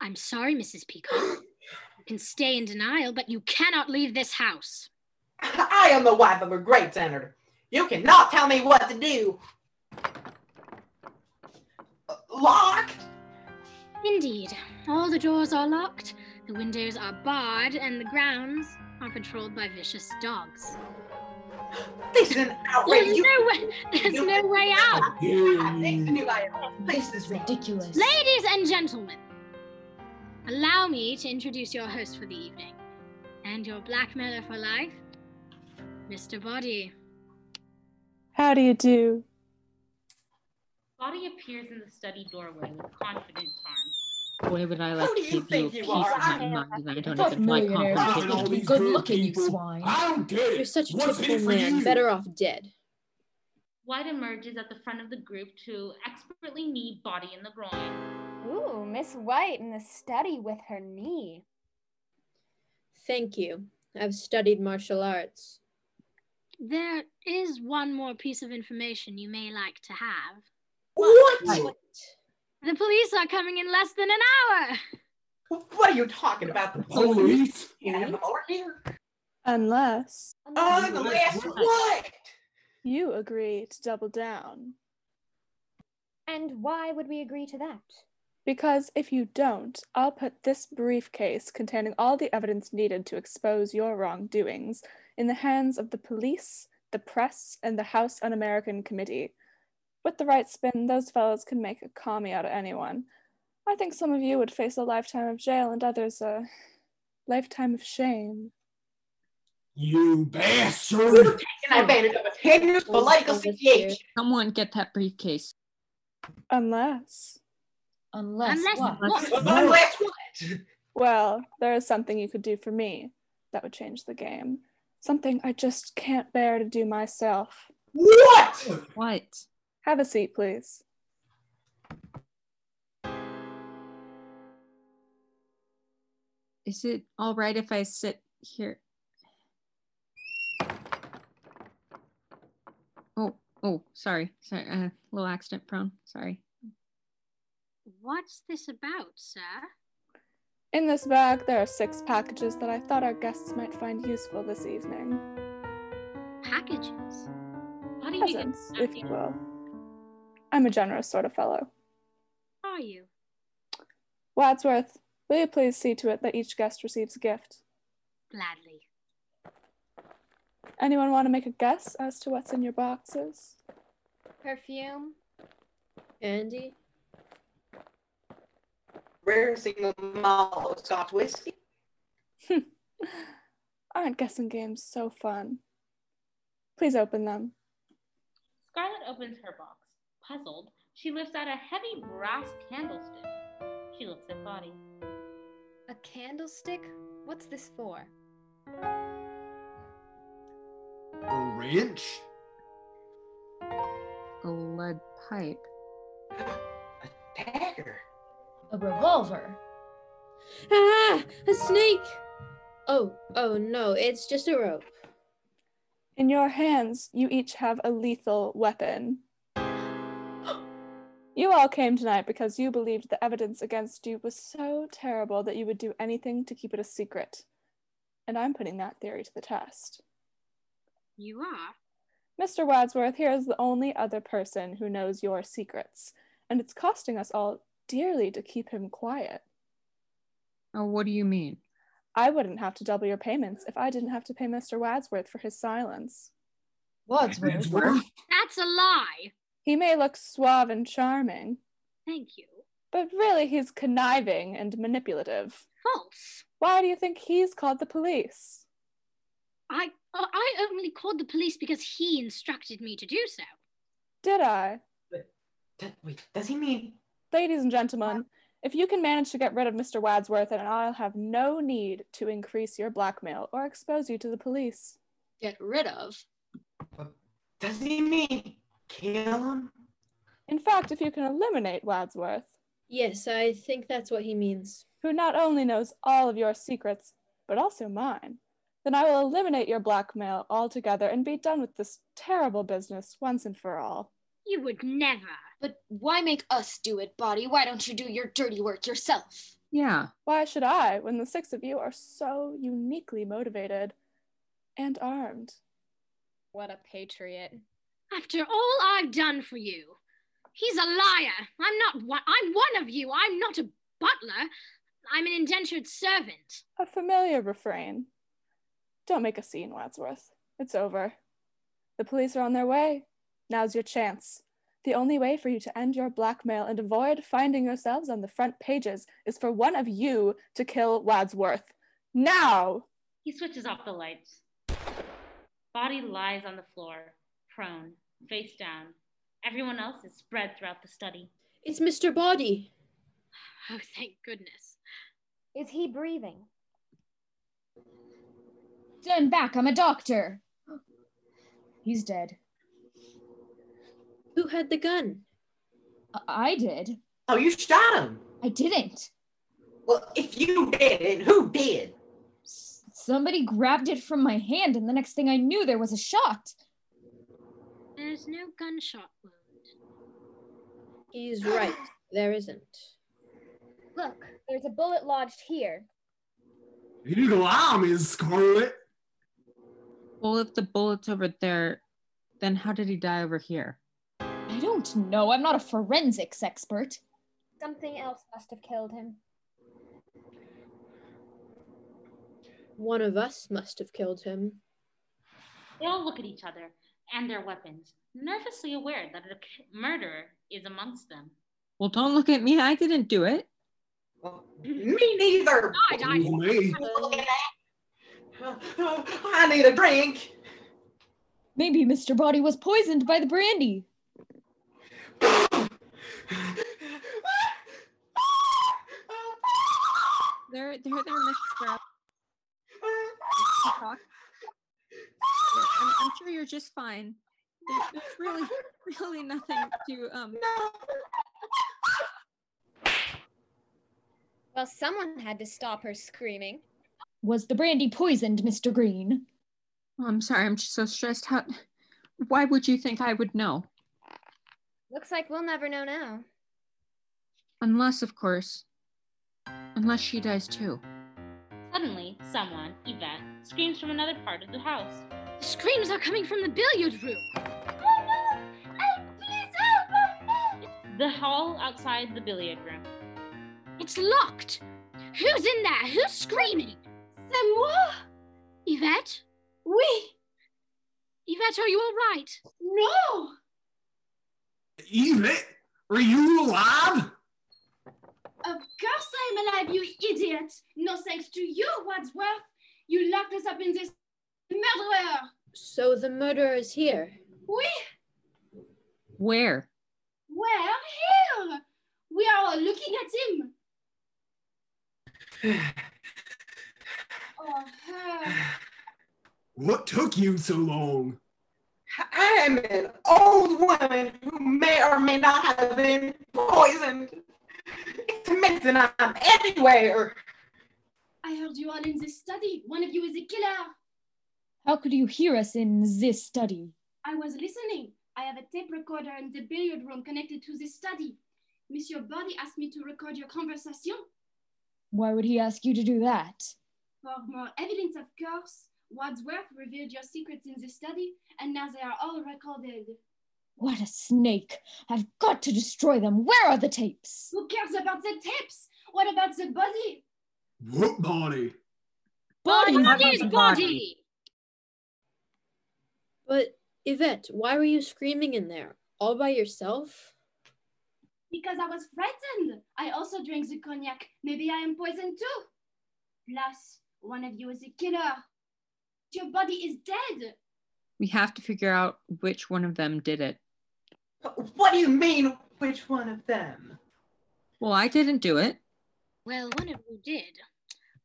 Speaker 5: I'm sorry, Mrs. Peacock. You can stay in denial, but you cannot leave this house.
Speaker 6: I am the wife of a great senator. You cannot tell me what to do. Locked?
Speaker 5: Indeed. All the doors are locked, the windows are barred, and the grounds are patrolled by vicious dogs.
Speaker 6: This is an outrage.
Speaker 5: There's
Speaker 6: You-
Speaker 5: no way, there's no way out.
Speaker 6: This is
Speaker 10: ridiculous.
Speaker 5: Ladies and gentlemen, allow me to introduce your host for the evening and your blackmailer for life, Mr. Body.
Speaker 13: How do you do?
Speaker 14: Body appears in the study doorway with confident charm.
Speaker 9: Why would I like
Speaker 14: Who
Speaker 9: to
Speaker 14: do you
Speaker 9: give you a
Speaker 14: think
Speaker 9: piece
Speaker 14: you
Speaker 9: of
Speaker 14: are?
Speaker 9: my
Speaker 14: I'm-
Speaker 9: mind and I don't
Speaker 14: Fuck
Speaker 9: even like
Speaker 14: millionaires.
Speaker 9: complicated
Speaker 14: Fuck all these
Speaker 9: people?
Speaker 10: Good looking, you swine.
Speaker 7: I don't get it.
Speaker 2: You're such a
Speaker 7: What's in it
Speaker 2: typical
Speaker 7: for
Speaker 2: man.
Speaker 7: you?
Speaker 2: Better off dead.
Speaker 14: White emerges at the front of the group to expertly knee body in the groin.
Speaker 11: Ooh, Miss White in the study with her knee.
Speaker 2: Thank you. I've studied martial arts.
Speaker 5: There is one more piece of information you may like to have.
Speaker 6: What?
Speaker 5: The police are coming in less than an hour.
Speaker 6: What are you talking about? The
Speaker 7: police?
Speaker 6: You have them over here?
Speaker 13: Unless
Speaker 6: Unless what?
Speaker 13: you agree to double down.
Speaker 11: And why would we agree to that?
Speaker 13: Because if you don't, I'll put this briefcase containing all the evidence needed to expose your wrongdoings in the hands of the police, the press, and the House Un American Committee. With the right spin, those fellows could make a commie out of anyone. I think some of you would face a lifetime of jail and others a lifetime of shame.
Speaker 7: You bastard!
Speaker 6: taking advantage of a tenuous political situation.
Speaker 9: Someone get that briefcase.
Speaker 13: Unless. Unless.
Speaker 9: Unless what? what?
Speaker 6: Unless
Speaker 13: Well, there is something you could do for me that would change the game. Something I just can't bear to do myself.
Speaker 6: What?
Speaker 9: What?
Speaker 13: Have a seat, please.
Speaker 9: Is it all right if I sit here? Oh, oh, sorry, sorry, uh, little accident prone. Sorry.
Speaker 5: What's this about, sir?
Speaker 13: In this bag, there are six packages that I thought our guests might find useful this evening.
Speaker 5: Packages. How do you get
Speaker 13: Presents, if you will. I'm a generous sort of fellow.
Speaker 5: are you?
Speaker 13: Wadsworth, will you please see to it that each guest receives a gift?
Speaker 5: Gladly.
Speaker 13: Anyone want to make a guess as to what's in your boxes?
Speaker 11: Perfume?
Speaker 2: Andy?
Speaker 6: Rare single malt of Scotch whiskey.
Speaker 13: Aren't guessing games so fun? Please open them.
Speaker 14: Scarlet opens her box. Puzzled, she lifts out a heavy brass candlestick. She looks at Body.
Speaker 11: A candlestick? What's this for?
Speaker 7: A wrench?
Speaker 9: A lead pipe.
Speaker 6: Dagger.
Speaker 10: A revolver.
Speaker 2: Ah, a snake! Oh, oh no, it's just a rope.
Speaker 13: In your hands, you each have a lethal weapon. You all came tonight because you believed the evidence against you was so terrible that you would do anything to keep it a secret. And I'm putting that theory to the test.
Speaker 5: You are.
Speaker 13: Mr. Wadsworth, here is the only other person who knows your secrets, and it's costing us all dearly to keep him quiet.
Speaker 9: Oh, what do you mean?
Speaker 13: I wouldn't have to double your payments if I didn't have to pay Mr. Wadsworth for his silence. Wadsworth.
Speaker 5: That's a lie.
Speaker 13: He may look suave and charming,
Speaker 5: Thank you.
Speaker 13: but really he's conniving and manipulative.
Speaker 5: False.
Speaker 13: Why do you think he's called the police?
Speaker 5: I oh, I only called the police because he instructed me to do so.
Speaker 13: Did I?
Speaker 6: Wait, does he mean?
Speaker 13: Ladies and gentlemen, if you can manage to get rid of Mr. Wadsworth, then I'll have no need to increase your blackmail or expose you to the police.
Speaker 4: Get rid of?
Speaker 6: Does he mean kill him?
Speaker 13: In fact, if you can eliminate Wadsworth,
Speaker 2: Yes, I think that's what he means.
Speaker 13: who not only knows all of your secrets, but also mine, then I will eliminate your blackmail altogether and be done with this terrible business once and for all.
Speaker 5: You would never.
Speaker 4: But why make us do it, Body? Why don't you do your dirty work yourself?
Speaker 9: Yeah.
Speaker 13: Why should I, when the six of you are so uniquely motivated and armed?
Speaker 4: What a patriot.
Speaker 5: After all I've done for you, he's a liar. I'm not one. I'm one of you. I'm not a butler. I'm an indentured servant.
Speaker 13: A familiar refrain. Don't make a scene, Wadsworth. It's over. The police are on their way. Now's your chance. The only way for you to end your blackmail and avoid finding yourselves on the front pages is for one of you to kill Wadsworth. Now!
Speaker 14: He switches off the lights. Body lies on the floor, prone, face down. Everyone else is spread throughout the study.
Speaker 2: It's Mr. Body.
Speaker 5: Oh, thank goodness.
Speaker 11: Is he breathing?
Speaker 10: Stand back, I'm a doctor. He's dead.
Speaker 2: Who had the gun?
Speaker 10: I, I did.
Speaker 6: Oh, you shot him.
Speaker 10: I didn't.
Speaker 6: Well, if you did, then who did?
Speaker 10: Somebody grabbed it from my hand, and the next thing I knew, there was a shot.
Speaker 5: There's no gunshot wound.
Speaker 2: He's right. There isn't.
Speaker 11: Look, there's a bullet lodged here.
Speaker 7: You need to allow me, Scarlet.
Speaker 9: Well, if the bullet's over there, then how did he die over here?
Speaker 10: I don't know. I'm not a forensics expert.
Speaker 11: Something else must have killed him.
Speaker 2: One of us must have killed him.
Speaker 14: They all look at each other and their weapons, nervously aware that a k- murderer is amongst them.
Speaker 9: Well, don't look at me. I didn't do it.
Speaker 6: Me neither.
Speaker 5: I died.
Speaker 7: Me.
Speaker 6: I need a drink.
Speaker 10: Maybe Mr. Body was poisoned by the brandy.
Speaker 9: There, there, there, Mrs. Sprout. Talk. I'm, I'm sure you're just fine. There, there's really, really nothing to um.
Speaker 11: Well, someone had to stop her screaming.
Speaker 10: Was the brandy poisoned, Mr. Green?
Speaker 9: Oh, I'm sorry. I'm just so stressed. How? Why would you think I would know?
Speaker 11: Looks like we'll never know now.
Speaker 9: Unless, of course, unless she dies too.
Speaker 14: Suddenly, someone, Yvette, screams from another part of the house.
Speaker 5: The screams are coming from the billiard room.
Speaker 14: The hall outside the billiard room.
Speaker 5: It's locked. Who's in there? Who's screaming?
Speaker 4: C'est moi!
Speaker 5: Yvette?
Speaker 4: Oui!
Speaker 5: Yvette, are you all right?
Speaker 4: No!
Speaker 7: Yvette, are you alive?
Speaker 4: Of course I'm alive, you idiot! No thanks to you, Wadsworth! You locked us up in this murderer!
Speaker 2: So the murderer is here.
Speaker 4: We
Speaker 9: Where?
Speaker 4: were here! We are all looking at him! Oh, her.
Speaker 7: What took you so long?
Speaker 6: I am an old woman who may or may not have been poisoned. It's a mess and I'm everywhere.
Speaker 4: I heard you all in this study. One of you is a killer.
Speaker 10: How could you hear us in this study?
Speaker 4: I was listening. I have a tape recorder in the billiard room connected to this study. Monsieur Body asked me to record your conversation
Speaker 10: Why would he ask you to do that?
Speaker 4: for more evidence, of course. Wadsworth revealed your secrets in the study, and now they are all recorded.
Speaker 10: What a snake! I've got to destroy them. Where are the tapes?
Speaker 4: Who cares about the tapes? What about the body?
Speaker 7: What body?
Speaker 10: Body!
Speaker 5: Body's
Speaker 9: Body.
Speaker 5: body.
Speaker 2: But Yvette, why were you screaming in there? All by yourself?
Speaker 4: Because I was frightened. I also drank the cognac. Maybe I am poisoned too. Plus, one of you is a killer. Your body is dead.
Speaker 9: We have to figure out which one of them did it.
Speaker 6: What do you mean, which one of them?
Speaker 9: Well, I didn't do it.
Speaker 5: Well, one of you did.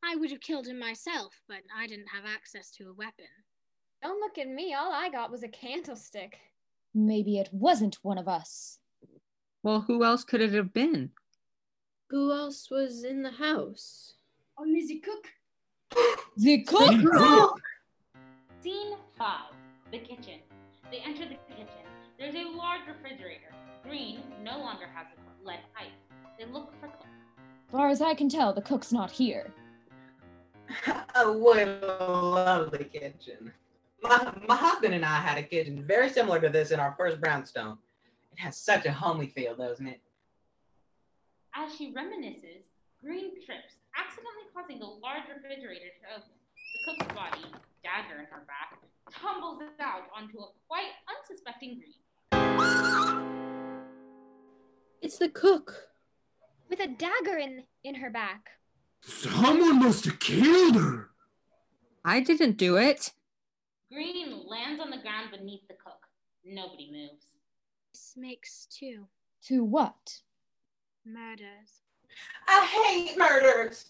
Speaker 5: I would have killed him myself, but I didn't have access to a weapon.
Speaker 11: Don't look at me. All I got was a candlestick.
Speaker 10: Maybe it wasn't one of us.
Speaker 9: Well, who else could it have been?
Speaker 2: Who else was in the house?
Speaker 4: Only the cook.
Speaker 10: The
Speaker 14: Scene 5 The kitchen. They enter the kitchen. There's a large refrigerator. Green no longer has a lead ice. They look for Clara.
Speaker 10: Far as I can tell, the cook's not here.
Speaker 6: I would love the kitchen. My, my husband and I had a kitchen very similar to this in our first brownstone. It has such a homely feel, doesn't it?
Speaker 14: As she reminisces, Green trips, accidentally causing the large refrigerator to open. The cook's body, dagger in her back, tumbles out onto a quite unsuspecting Green.
Speaker 2: It's the cook.
Speaker 11: With a dagger in in her back.
Speaker 7: Someone must have killed her.
Speaker 9: I didn't do it.
Speaker 14: Green lands on the ground beneath the cook. Nobody moves.
Speaker 5: This makes two
Speaker 10: To what?
Speaker 5: murders.
Speaker 6: I hate murders.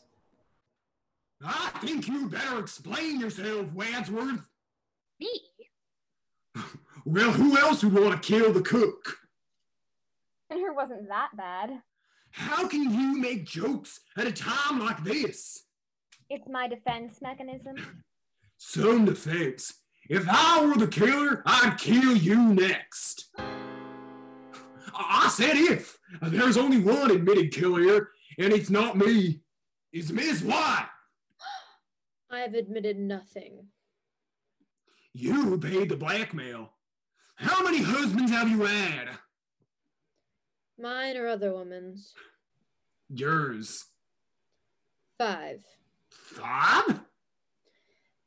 Speaker 7: I think you better explain yourself, Wadsworth.
Speaker 5: Me?
Speaker 7: Well, who else would want to kill the cook?
Speaker 11: Dinner wasn't that bad.
Speaker 7: How can you make jokes at a time like this?
Speaker 11: It's my defense mechanism.
Speaker 7: Some defense. If I were the killer, I'd kill you next. I I said if. There's only one admitted killer, and it's not me. It's Miss White.
Speaker 2: I have admitted nothing.
Speaker 7: You paid the blackmail. How many husbands have you had?
Speaker 2: Mine or other woman's?
Speaker 7: Yours.
Speaker 2: Five.
Speaker 7: Five?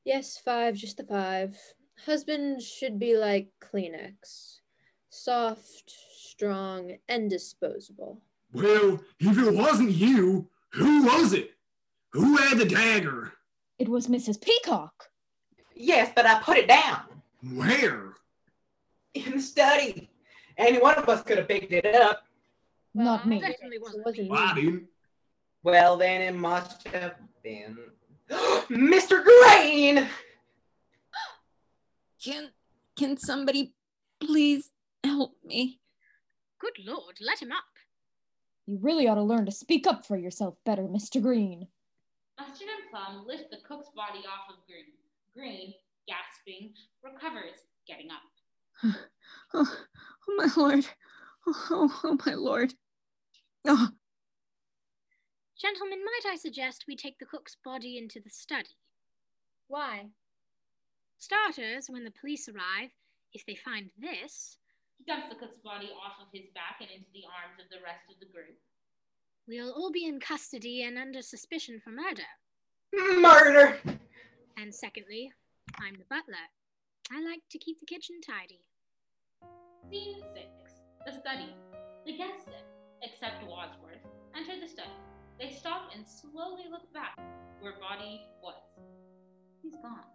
Speaker 2: Yes, five, just the five. Husband should be like Kleenex soft, strong, and disposable.
Speaker 7: Well, if it wasn't you, who was it? Who had the dagger?
Speaker 10: It was Mrs. Peacock.
Speaker 6: Yes, but I put it down
Speaker 7: Where?
Speaker 6: in the study. Any one of us could have picked it up.
Speaker 10: not me.
Speaker 5: Definitely wasn't.
Speaker 2: Wasn't
Speaker 7: Well, I didn't.
Speaker 6: Well, then it must have been Mr. Green.
Speaker 9: Can can somebody please help me?
Speaker 5: Good lord, let him up.
Speaker 10: You really ought to learn to speak up for yourself better, Mr. Green.
Speaker 14: Mustard and Plum lift the cook's body off of Green. Green, gasping, recovers, getting up.
Speaker 9: Oh, oh my lord. Oh, oh my lord. Oh,
Speaker 5: Gentlemen, might I suggest we take the cook's body into the study?
Speaker 11: Why?
Speaker 5: Starters, when the police arrive, if they find this,
Speaker 14: He dumps the cook's body off of his back and into the arms of the rest of the group.
Speaker 5: we'll all be in custody and under suspicion for murder.
Speaker 6: Murder.
Speaker 5: And secondly, I'm the butler. I like to keep the kitchen tidy.
Speaker 14: Scene 6 The Study. The guests, except Wadsworth, enter the study. They stop and slowly look back where Body was. He's gone.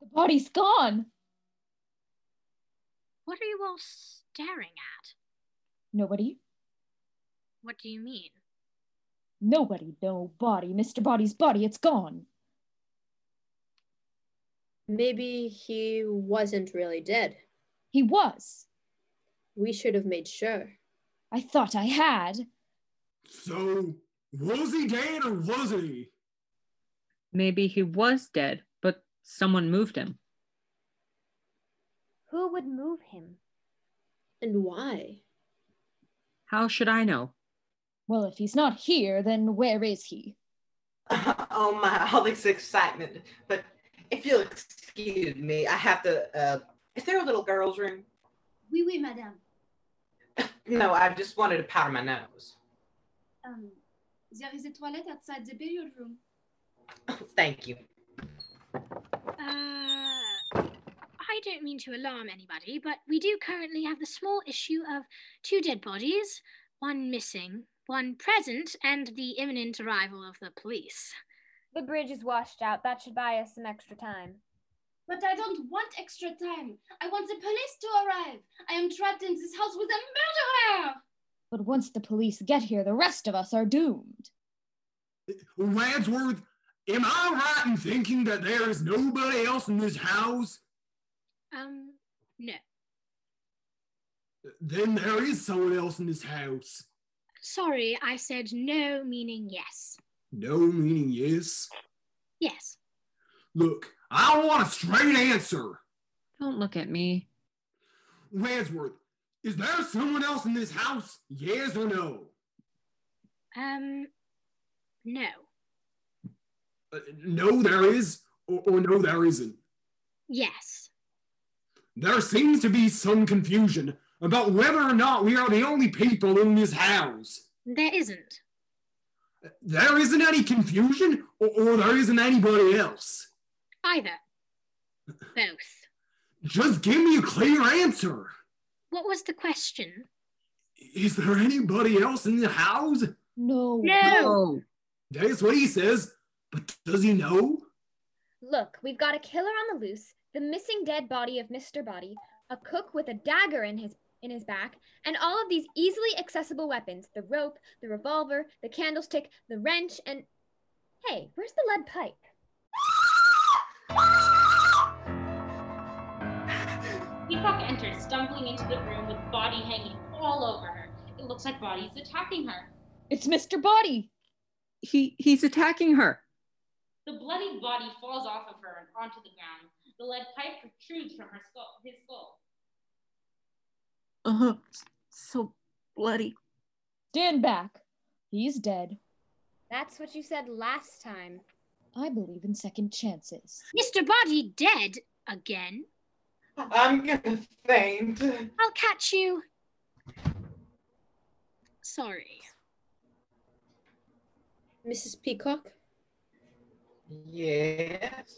Speaker 10: The body's gone.
Speaker 5: What are you all staring at?
Speaker 10: Nobody,
Speaker 5: What do you mean?
Speaker 10: nobody, no body. Mr. Body's body, it's gone.
Speaker 2: Maybe he wasn't really dead.
Speaker 10: He was.
Speaker 2: We should have made sure.
Speaker 10: I thought I had.
Speaker 7: So, was he dead or wasn't he?
Speaker 9: maybe he was dead, but someone moved him.
Speaker 11: Who would move him?
Speaker 2: And why?
Speaker 9: How should I know?
Speaker 10: Well, if he's not here, then where is he?
Speaker 6: oh my, all this excitement. But if you'll excuse me, I have to. Uh, is there a little girl's room?
Speaker 4: Oui, oui, madame.
Speaker 6: No, I just wanted to powder my nose.
Speaker 4: Um, there is a toilet outside the billiard room.
Speaker 6: Thank you.
Speaker 5: Uh, I I don't mean to alarm anybody, but we do currently have the small issue of two dead bodies, one missing, one present, and the imminent arrival of the police.
Speaker 11: The bridge is washed out. That should buy us some extra time.
Speaker 4: But I don't want extra time. I want the police to arrive. I am trapped in this house with a murderer.
Speaker 10: But once the police get here, the rest of us are doomed.
Speaker 7: Wadsworth, am I right in thinking that there is nobody else in this house?
Speaker 5: Um, no.
Speaker 7: Then there is someone else in this house.
Speaker 5: Sorry, I said no, meaning yes.
Speaker 7: No meaning yes?
Speaker 5: Yes.
Speaker 7: Look, I want a straight answer.
Speaker 9: Don't look at me.
Speaker 7: Wadsworth, is there someone else in this house? Yes or no?
Speaker 5: Um, no.
Speaker 7: Uh, no, there is, or, or no, there isn't.
Speaker 5: Yes.
Speaker 7: There seems to be some confusion about whether or not we are the only people in this house.
Speaker 5: There isn't.
Speaker 7: There isn't any confusion, or, or there isn't anybody else.
Speaker 5: Either. Both.
Speaker 7: Just give me a clear answer.
Speaker 5: What was the question?
Speaker 7: Is there anybody else in the house?
Speaker 10: No.
Speaker 5: No.
Speaker 7: That's what he says, but does he know?
Speaker 11: Look, we've got a killer on the loose, the missing dead body of Mr. Body, a cook with a dagger in his in his back, and all of these easily accessible weapons, the rope, the revolver, the candlestick, the wrench, and hey, where's the lead pipe?
Speaker 14: Peacock enters, stumbling into the room with Body hanging all over her. It looks like Body's attacking her.
Speaker 10: It's Mr. Body.
Speaker 9: He he's attacking her.
Speaker 14: The bloody body falls off of her and onto the ground. The lead pipe protrudes from her skull, his skull.
Speaker 9: Uh huh. So bloody.
Speaker 10: Stand back. He's dead.
Speaker 11: That's what you said last time.
Speaker 10: I believe in second chances.
Speaker 5: Mr. Body dead again.
Speaker 6: I'm gonna faint.
Speaker 5: I'll catch you. Sorry.
Speaker 2: Mrs. Peacock,
Speaker 6: Yes.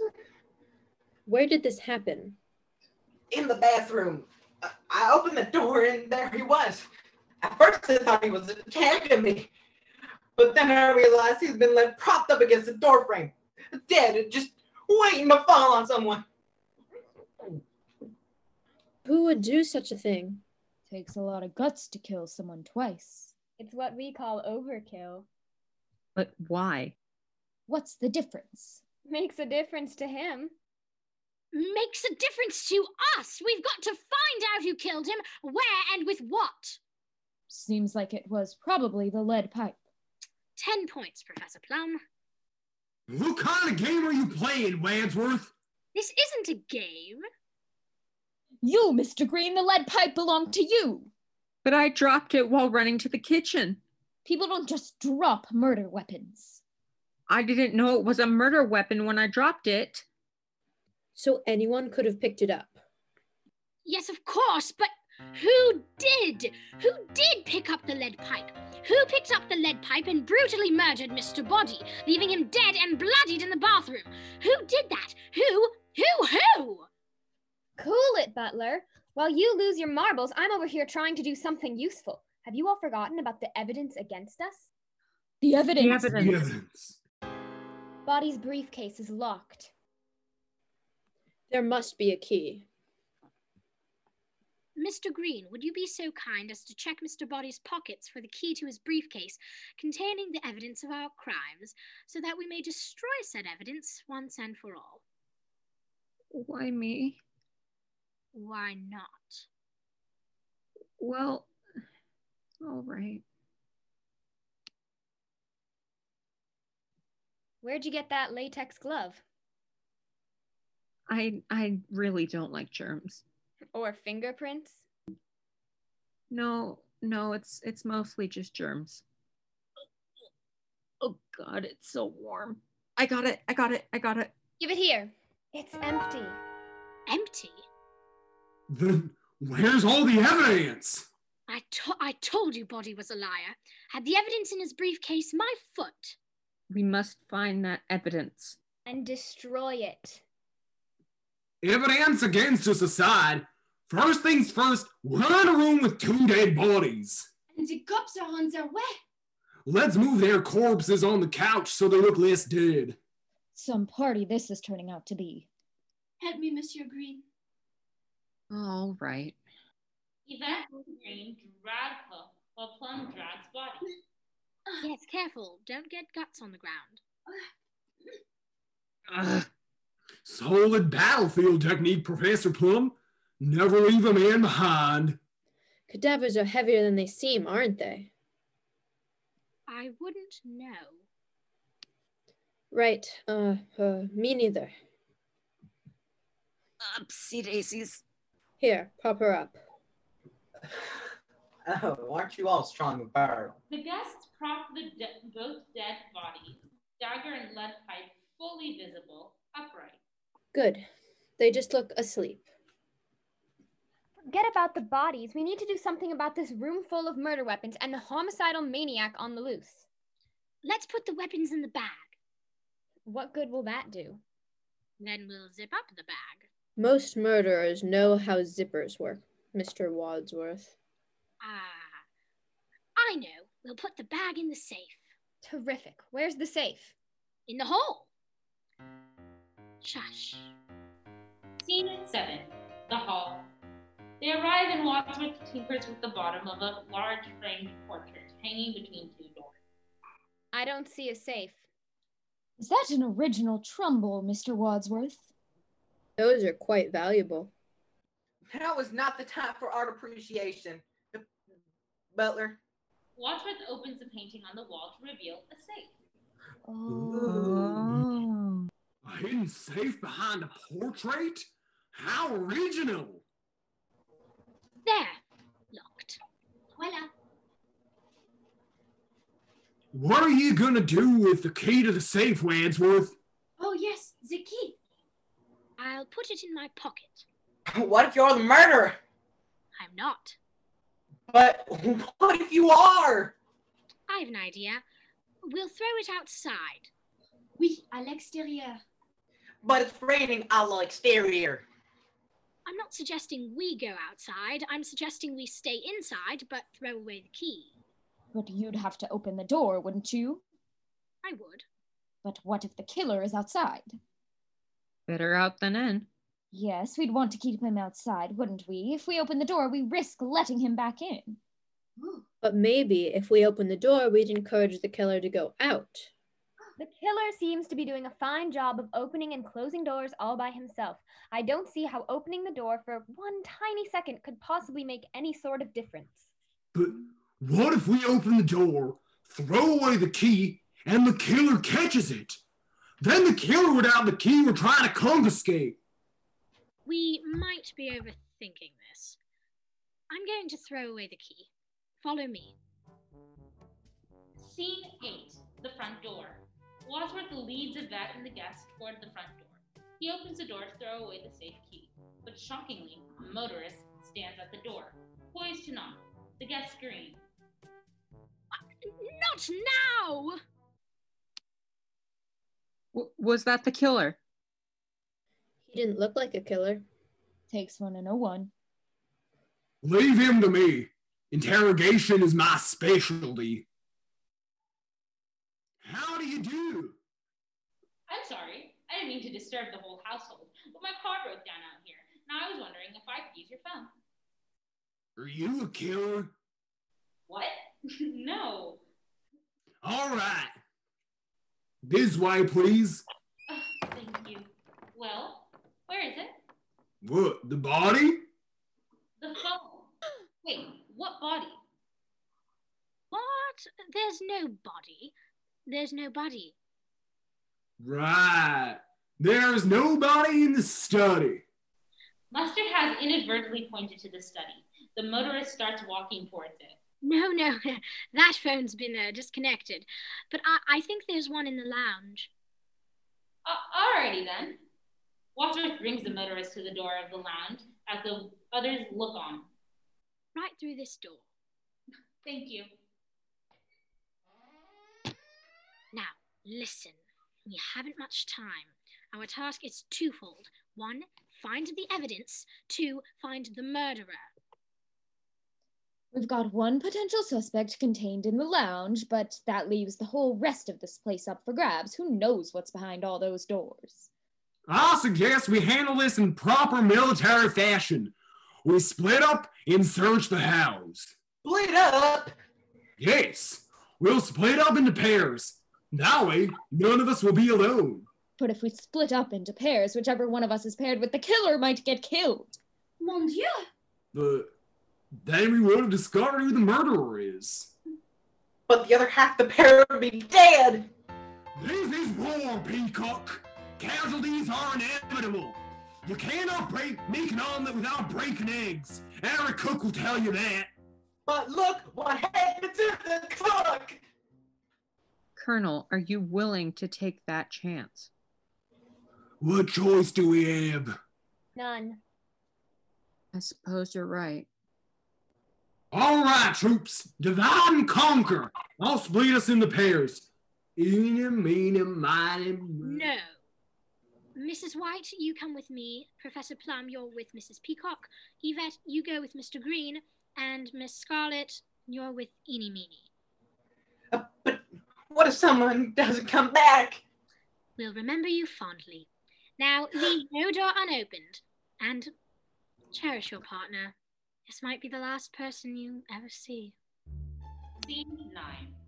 Speaker 2: where did this happen?
Speaker 6: In the bathroom. I- I opened the door and there he was. At first I thought he was attacking me. But then I realized he's been left propped up against the door frame. Dead and just waiting to fall on someone.
Speaker 2: Who would do such a thing?
Speaker 10: Takes a lot of guts to kill someone twice.
Speaker 11: It's what we call overkill.
Speaker 9: But why?
Speaker 10: What's the difference?
Speaker 11: Makes a difference to him.
Speaker 5: Makes a difference to us. We've got to find out who killed him, where, and with what.
Speaker 10: Seems like it was probably the lead pipe.
Speaker 5: Ten points, Professor Plum.
Speaker 7: What kind of game are you playing, Wadsworth?
Speaker 5: This isn't a game.
Speaker 10: You, Mr. Green, the lead pipe belonged to you.
Speaker 9: But I dropped it while running to the kitchen.
Speaker 10: People don't just drop murder weapons.
Speaker 9: I didn't know it was a murder weapon when I dropped it.
Speaker 2: So anyone could have picked it up.
Speaker 5: Yes, of course, but who did? Who did pick up the lead pipe? Who picked up the lead pipe and brutally murdered Mr. Body, leaving him dead and bloodied in the bathroom? Who did that? Who? Who? Who?
Speaker 11: Cool it, Butler. While you lose your marbles, I'm over here trying to do something useful. Have you all forgotten about the evidence against us?
Speaker 10: The evidence.
Speaker 9: evidence.
Speaker 7: Evidence.
Speaker 11: Body's briefcase is locked.
Speaker 2: There must be a key.
Speaker 5: Mr. Green, would you be so kind as to check Mr. Body's pockets for the key to his briefcase containing the evidence of our crimes so that we may destroy said evidence once and for all?
Speaker 9: Why me?
Speaker 5: Why not?
Speaker 9: Well, all right.
Speaker 11: Where'd you get that latex glove?
Speaker 9: I I really don't like germs.
Speaker 11: Or fingerprints?
Speaker 9: No, no, it's it's mostly just germs. Oh god, it's so warm. I got it. I got it. I got it.
Speaker 11: Give it here. It's empty.
Speaker 5: Empty?
Speaker 7: Then where's all the evidence?
Speaker 5: I, to- I told you Body was a liar. Had the evidence in his briefcase my foot.
Speaker 9: We must find that evidence.
Speaker 11: And destroy it.
Speaker 7: Evidence against us aside, first things first, we're in a room with two dead bodies.
Speaker 4: And the cops are on their way.
Speaker 7: Let's move their corpses on the couch so they look less dead.
Speaker 10: Some party this is turning out to be.
Speaker 4: Help me, Monsieur Green.
Speaker 9: All right.
Speaker 14: Yvette Green dragged her while Plum drags body.
Speaker 5: Yes, careful. Don't get guts on the ground.
Speaker 7: Ugh. Solid battlefield technique, Professor Plum. Never leave a man behind.
Speaker 2: Cadavers are heavier than they seem, aren't they?
Speaker 5: I wouldn't know.
Speaker 2: Right. Uh, uh me neither.
Speaker 10: Um,
Speaker 3: Upsy daisies.
Speaker 2: Here, pop her up.
Speaker 6: Oh, aren't you all strong and powerful?
Speaker 14: The guests propped the de- both dead bodies, dagger and lead pipe fully visible, upright.
Speaker 2: Good. They just look asleep.
Speaker 11: Forget about the bodies. We need to do something about this room full of murder weapons and the homicidal maniac on the loose.
Speaker 5: Let's put the weapons in the bag.
Speaker 11: What good will that do?
Speaker 5: Then we'll zip up the bag.
Speaker 2: Most murderers know how zippers work, Mr. Wadsworth.
Speaker 5: Ah, I know. We'll put the bag in the safe.
Speaker 11: Terrific. Where's the safe?
Speaker 5: In the hole. Shush.
Speaker 14: Scene seven, the hall. They arrive and Wadsworth tinkers with the bottom of a large framed portrait hanging between two doors.
Speaker 11: I don't see a safe.
Speaker 10: Is that an original Trumbull, Mr. Wadsworth?
Speaker 2: Those are quite valuable.
Speaker 6: Now is not the time for art appreciation. Butler.
Speaker 14: Wadsworth opens the painting on the wall to reveal a safe.
Speaker 7: Ooh. A hidden safe behind a portrait? How original!
Speaker 5: There. Locked.
Speaker 4: Voila.
Speaker 7: What are you gonna do with the key to the safe, Wadsworth?
Speaker 4: Oh, yes, the key.
Speaker 5: I'll put it in my pocket.
Speaker 6: What if you're the murderer?
Speaker 5: I'm not.
Speaker 6: But what if you are?
Speaker 5: I've an idea. We'll throw it outside.
Speaker 4: Oui, à l'extérieur.
Speaker 6: But it's raining a la exterior.
Speaker 5: I'm not suggesting we go outside. I'm suggesting we stay inside but throw away the key.
Speaker 10: But you'd have to open the door, wouldn't you?
Speaker 5: I would.
Speaker 10: But what if the killer is outside?
Speaker 9: Better out than in.
Speaker 10: Yes, we'd want to keep him outside, wouldn't we? If we open the door, we risk letting him back in.
Speaker 2: But maybe if we open the door, we'd encourage the killer to go out.
Speaker 11: The killer seems to be doing a fine job of opening and closing doors all by himself. I don't see how opening the door for one tiny second could possibly make any sort of difference.
Speaker 7: But what if we open the door, throw away the key, and the killer catches it? Then the killer would have the key we're trying to confiscate.
Speaker 5: We might be overthinking this. I'm going to throw away the key. Follow me.
Speaker 14: Scene eight, the front door. Wadsworth leads Yvette and the guests toward the front door. He opens the door to throw away the safe key, but shockingly, a motorist stands at the door, poised to knock. The guests scream.
Speaker 5: Not now!
Speaker 9: W- was that the killer?
Speaker 2: He didn't look like a killer.
Speaker 10: Takes one to know one.
Speaker 7: Leave him to me. Interrogation is my specialty. How do you do?
Speaker 14: I'm sorry, I didn't mean to disturb the whole household, but my car broke down out here, and I was wondering if I could use your phone.
Speaker 7: Are you a killer?
Speaker 14: What? no.
Speaker 7: All right. This way, please.
Speaker 14: Ugh, thank you. Well, where is it?
Speaker 7: What, the body?
Speaker 14: The phone. Wait, what body?
Speaker 5: What? There's no body. There's no body.
Speaker 7: Right. There's nobody in the study.
Speaker 14: Mustard has inadvertently pointed to the study. The motorist starts walking towards it.
Speaker 5: No, no, that phone's been uh, disconnected. But I, I think there's one in the lounge.
Speaker 14: Uh, alrighty then. Wadsworth brings the motorist to the door of the lounge as the others look on.
Speaker 5: Right through this door.
Speaker 14: Thank you.
Speaker 5: Now, listen. We haven't much time. Our task is twofold. One, find the evidence. Two, find the murderer.
Speaker 10: We've got one potential suspect contained in the lounge, but that leaves the whole rest of this place up for grabs. Who knows what's behind all those doors?
Speaker 7: I suggest we handle this in proper military fashion. We split up and search the house.
Speaker 6: Split up?
Speaker 7: Yes, we'll split up into pairs. That way, none of us will be alone.
Speaker 10: But if we split up into pairs, whichever one of us is paired with the killer might get killed.
Speaker 4: Mon Dieu!
Speaker 7: But then we would have discovered who the murderer is.
Speaker 6: But the other half the pair would be dead.
Speaker 7: This is war, Peacock. Casualties are inevitable. You cannot break, make an omelet without breaking eggs. Every cook will tell you that.
Speaker 6: But look what happened to the cook!
Speaker 9: Colonel, are you willing to take that chance?
Speaker 7: What choice do we have?
Speaker 11: None.
Speaker 9: I suppose you're right.
Speaker 7: All right, troops, divide and conquer. I'll split us into pairs. Eeny, meeny, miny.
Speaker 5: No. Mrs. White, you come with me. Professor Plum, you're with Mrs. Peacock. Yvette, you go with Mr. Green. And Miss Scarlet, you're with Eeny Meeny.
Speaker 6: Uh, but what if someone doesn't come back?
Speaker 5: We'll remember you fondly. Now, leave no door unopened. And cherish your partner. This might be the last person you ever see.
Speaker 14: Scene 9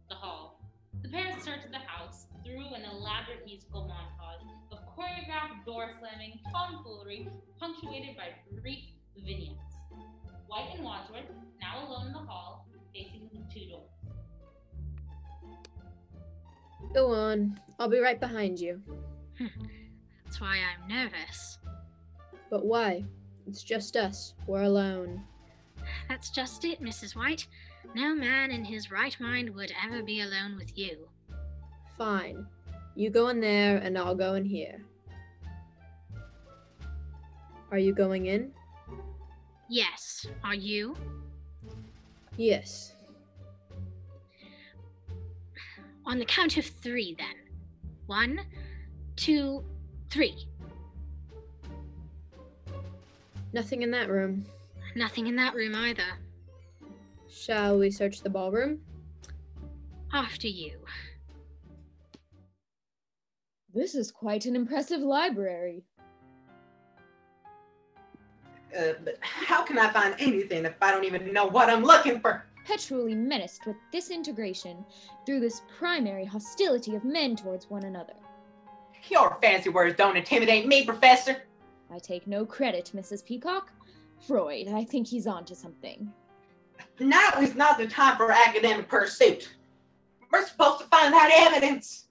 Speaker 14: The Hall. The pair search the house through an elaborate musical montage of choreographed door slamming tomfoolery punctuated by brief vignettes. White and Wadsworth, now alone in the hall, facing the two doors.
Speaker 2: Go on. I'll be right behind you.
Speaker 5: That's why I'm nervous.
Speaker 2: But why? It's just us. We're alone.
Speaker 5: That's just it, Mrs. White. No man in his right mind would ever be alone with you.
Speaker 2: Fine. You go in there, and I'll go in here. Are you going in?
Speaker 5: Yes. Are you?
Speaker 2: Yes.
Speaker 5: On the count of three, then. One, two, three.
Speaker 2: Nothing in that room.
Speaker 5: Nothing in that room either.
Speaker 2: Shall we search the ballroom?
Speaker 5: After you.
Speaker 10: This is quite an impressive library.
Speaker 6: Uh, but how can I find anything if I don't even know what I'm looking for?
Speaker 10: Perpetually menaced with disintegration through this primary hostility of men towards one another.
Speaker 6: Your fancy words don't intimidate me, Professor.
Speaker 10: I take no credit, Mrs. Peacock. Freud, I think he's onto something.
Speaker 6: Now is not the time for academic pursuit. We're supposed to find out evidence.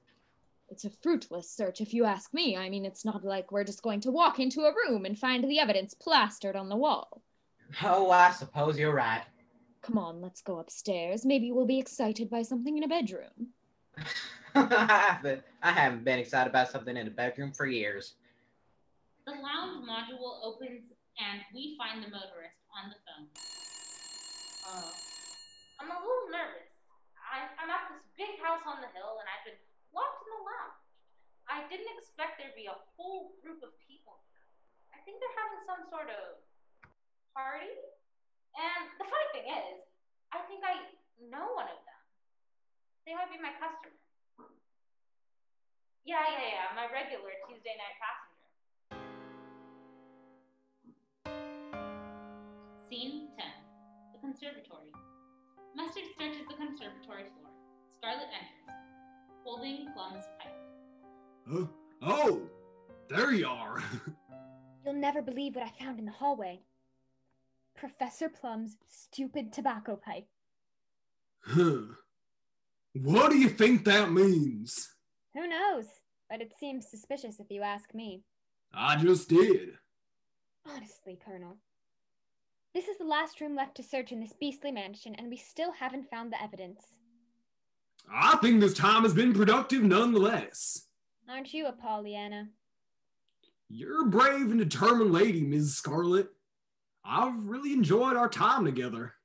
Speaker 10: It's a fruitless search, if you ask me. I mean, it's not like we're just going to walk into a room and find the evidence plastered on the wall.
Speaker 6: Oh, I suppose you're right.
Speaker 10: Come on, let's go upstairs. Maybe we'll be excited by something in a bedroom.
Speaker 6: I haven't been excited about something in a bedroom for years.
Speaker 14: The lounge module opens and we find the motorist on the phone. Uh, I'm a little nervous. I, I'm at this big house on the hill and I've been locked in the lounge. I didn't expect there'd be a whole group of people. I think they're having some sort of party. And the funny thing is, I think I know one of them. They might be my customer. Yeah, yeah, yeah, my regular Tuesday night passenger. Scene 10 The Conservatory. Mustard searches the conservatory floor. Scarlet enters, holding Plum's pipe.
Speaker 7: Huh? Oh, there you are.
Speaker 11: You'll never believe what I found in the hallway Professor Plum's stupid tobacco pipe.
Speaker 7: Huh. What do you think that means?
Speaker 11: Who knows? But it seems suspicious if you ask me.
Speaker 7: I just did.
Speaker 11: Honestly, Colonel, this is the last room left to search in this beastly mansion, and we still haven't found the evidence.
Speaker 7: I think this time has been productive nonetheless.
Speaker 11: Aren't you a Pollyanna?
Speaker 7: You're a brave and determined lady, Mrs. Scarlet. I've really enjoyed our time together.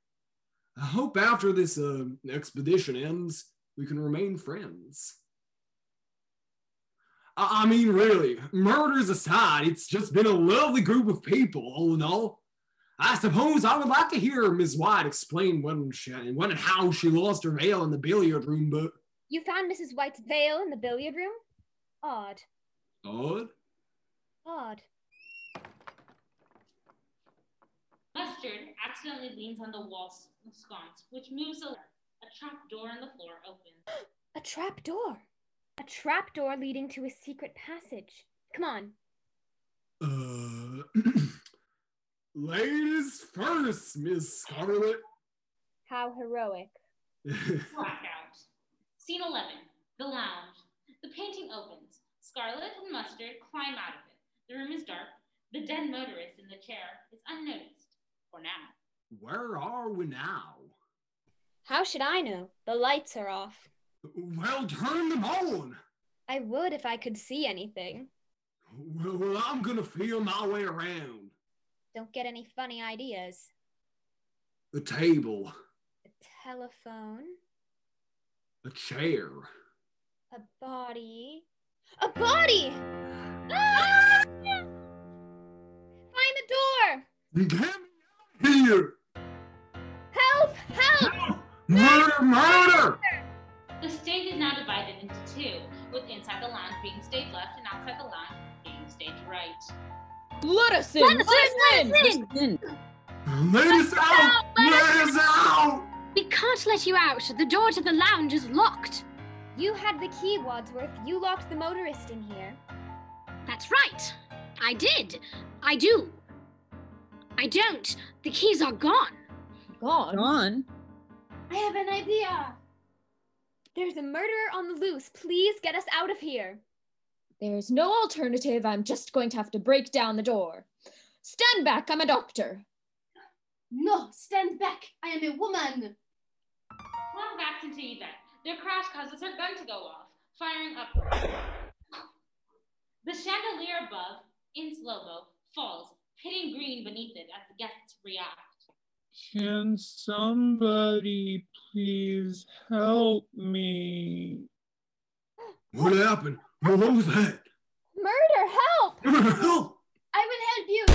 Speaker 7: I hope after this uh, expedition ends, we can remain friends. I I mean, really, murders aside, it's just been a lovely group of people, all in all. I suppose I would like to hear Miss White explain when, she, when and how she lost her veil in the billiard room, but
Speaker 11: You found Mrs. White's veil in the billiard room? Odd.
Speaker 7: odd.
Speaker 11: Odd.
Speaker 14: Mustard accidentally leans on the wall s- sconce, which moves a, a trap door in the floor opens.
Speaker 11: A trap door. A trap door leading to a secret passage. Come on.
Speaker 7: Uh, ladies first, Miss Scarlet.
Speaker 11: How heroic.
Speaker 14: Blackout. Scene 11. The lounge. The painting opens. Scarlet and Mustard climb out of it. The room is dark. The dead motorist in the chair is unnoticed. For now.
Speaker 7: Where are we now?
Speaker 11: How should I know? The lights are off.
Speaker 7: Well, turn them on.
Speaker 11: I would if I could see anything.
Speaker 7: Well, well, I'm gonna feel my way around.
Speaker 11: Don't get any funny ideas.
Speaker 7: A table,
Speaker 11: Telephone.
Speaker 7: a chair.
Speaker 11: A body. A body! Ah! Find the door!
Speaker 7: Get me out here!
Speaker 11: Help! Help!
Speaker 7: Murder! Murder!
Speaker 14: The stage is now divided into two, with inside the lounge being stage left and outside the lounge being stage right.
Speaker 3: Let us in! Let us in! Let us in!
Speaker 7: Let us out! Let us out!
Speaker 5: We can't let you out. The door to the lounge is locked.
Speaker 11: You had the key, Wadsworth. You locked the motorist in here.
Speaker 5: That's right. I did. I do. I don't. The keys are gone.
Speaker 3: Gone? Gone?
Speaker 11: I have an idea. There's a murderer on the loose. Please get us out of here.
Speaker 10: There's no alternative. I'm just going to have to break down the door. Stand back. I'm a doctor.
Speaker 4: No, stand back. I am a woman.
Speaker 14: Long backs into Yvette. Their crash causes her gun to go off, firing upward. The chandelier above, in slow mo, falls, pitting green beneath it as the guests react.
Speaker 15: Can somebody please help me?
Speaker 7: What happened? What was that?
Speaker 11: Murder! Help!
Speaker 7: Help!
Speaker 4: I will help you.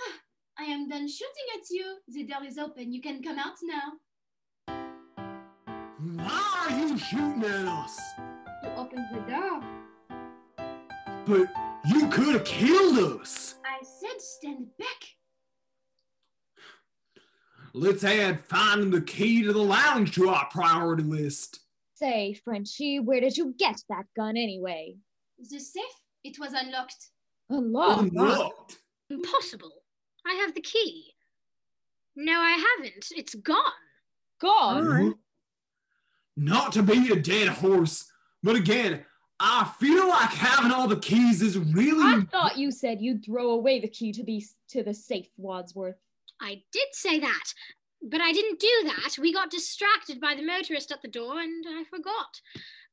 Speaker 4: Ah, I am done shooting at you. The door is open. You can come out now.
Speaker 7: Why are you shooting at us?
Speaker 4: You opened the door.
Speaker 7: But you could have killed us.
Speaker 4: I said stand back.
Speaker 7: Let's add finding the key to the lounge to our priority list.
Speaker 10: Say, Frenchie, where did you get that gun anyway?
Speaker 4: The safe, it was unlocked.
Speaker 10: Unlocked.
Speaker 7: Unlocked.
Speaker 5: Impossible. I have the key. No, I haven't. It's gone. Mm-hmm.
Speaker 3: Gone?
Speaker 7: Not to be a dead horse, but again, I feel like having all the keys is
Speaker 10: I
Speaker 7: really.
Speaker 10: thought you said you'd throw away the key to be to the safe, Wadsworth.
Speaker 5: I did say that, but I didn't do that. We got distracted by the motorist at the door and I forgot.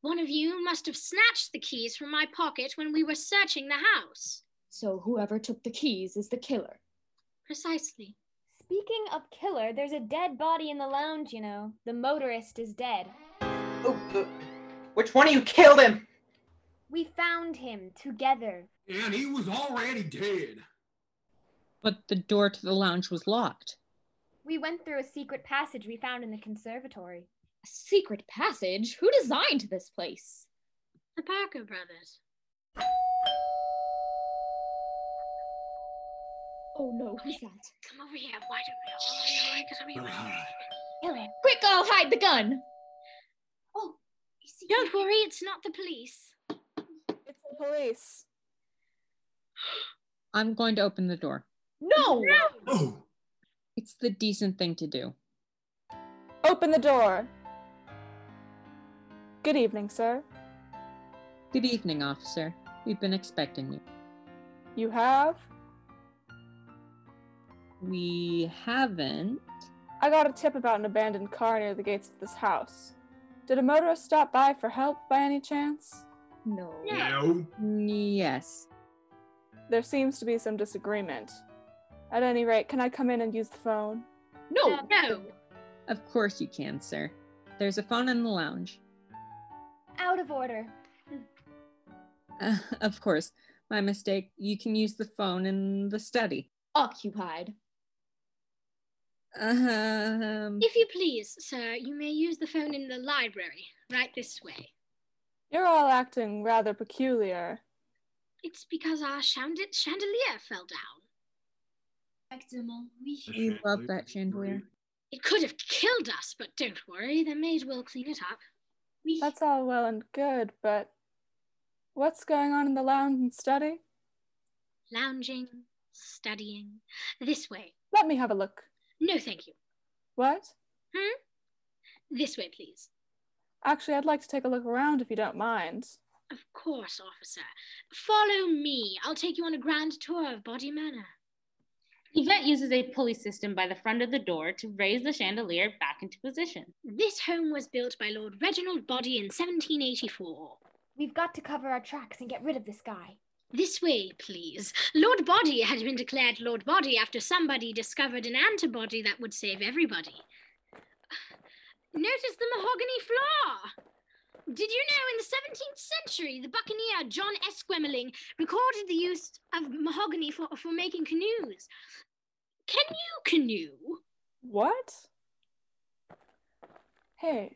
Speaker 5: One of you must have snatched the keys from my pocket when we were searching the house.
Speaker 10: So whoever took the keys is the killer.
Speaker 5: Precisely.
Speaker 11: Speaking of killer, there's a dead body in the lounge, you know. The motorist is dead.
Speaker 6: Which one of you killed him?
Speaker 11: We found him together.
Speaker 7: And he was already dead.
Speaker 9: But the door to the lounge was locked.
Speaker 11: We went through a secret passage we found in the conservatory.
Speaker 10: A secret passage? Who designed this place?
Speaker 5: The Parker brothers.
Speaker 10: Oh no, who's that?
Speaker 5: Come over here. Why don't we all hide away? 'Cause we
Speaker 10: Kill him. Quick, I'll hide the gun.
Speaker 5: Don't worry, it's not the police.
Speaker 13: It's the police.
Speaker 9: I'm going to open the door.
Speaker 10: No!
Speaker 7: No!
Speaker 9: It's the decent thing to do.
Speaker 13: Open the door. Good evening, sir.
Speaker 9: Good evening, officer. We've been expecting you.
Speaker 13: You have?
Speaker 9: We haven't.
Speaker 13: I got a tip about an abandoned car near the gates of this house. Did a motorist stop by for help by any chance?
Speaker 10: No.
Speaker 7: No.
Speaker 9: Yes.
Speaker 13: There seems to be some disagreement. At any rate, can I come in and use the phone?
Speaker 10: No.
Speaker 5: Uh, No.
Speaker 9: Of course you can, sir. There's a phone in the lounge.
Speaker 11: out of order.
Speaker 9: Uh, of course, my mistake. You can use the phone in the study.
Speaker 10: Occupied.
Speaker 9: Um,
Speaker 5: If you please, sir, you may use the phone in the library, right this way.
Speaker 13: You're all acting rather peculiar.
Speaker 5: It's because our chande- chandelier fell down.
Speaker 8: Exactement, oui.
Speaker 9: we love that chandelier.
Speaker 5: It could have killed us, but don't worry, the maid will clean it up.
Speaker 13: That's all well and good, but what's going on in the lounge and study?
Speaker 5: Lounging, studying. This way.
Speaker 13: Let me have a look.
Speaker 5: No, thank you.
Speaker 13: What?
Speaker 5: Hmm? This way, please.
Speaker 13: Actually, I'd like to take a look around if you don't mind.
Speaker 5: Of course, officer. Follow me. I'll take you on a grand tour of Body Manor.
Speaker 14: Yvette uses a pulley system by the front of the door to raise the chandelier back into position.
Speaker 5: This home was built by Lord Reginald Body in 1784.
Speaker 11: We've got to cover our tracks and get rid of this guy.
Speaker 5: This way, please. Lord Body had been declared Lord Body after somebody discovered an antibody that would save everybody. Notice the mahogany floor! Did you know in the 17th century, the buccaneer John Esquemeling recorded the use of mahogany for, for making canoes? Can you canoe?
Speaker 13: What? Hey,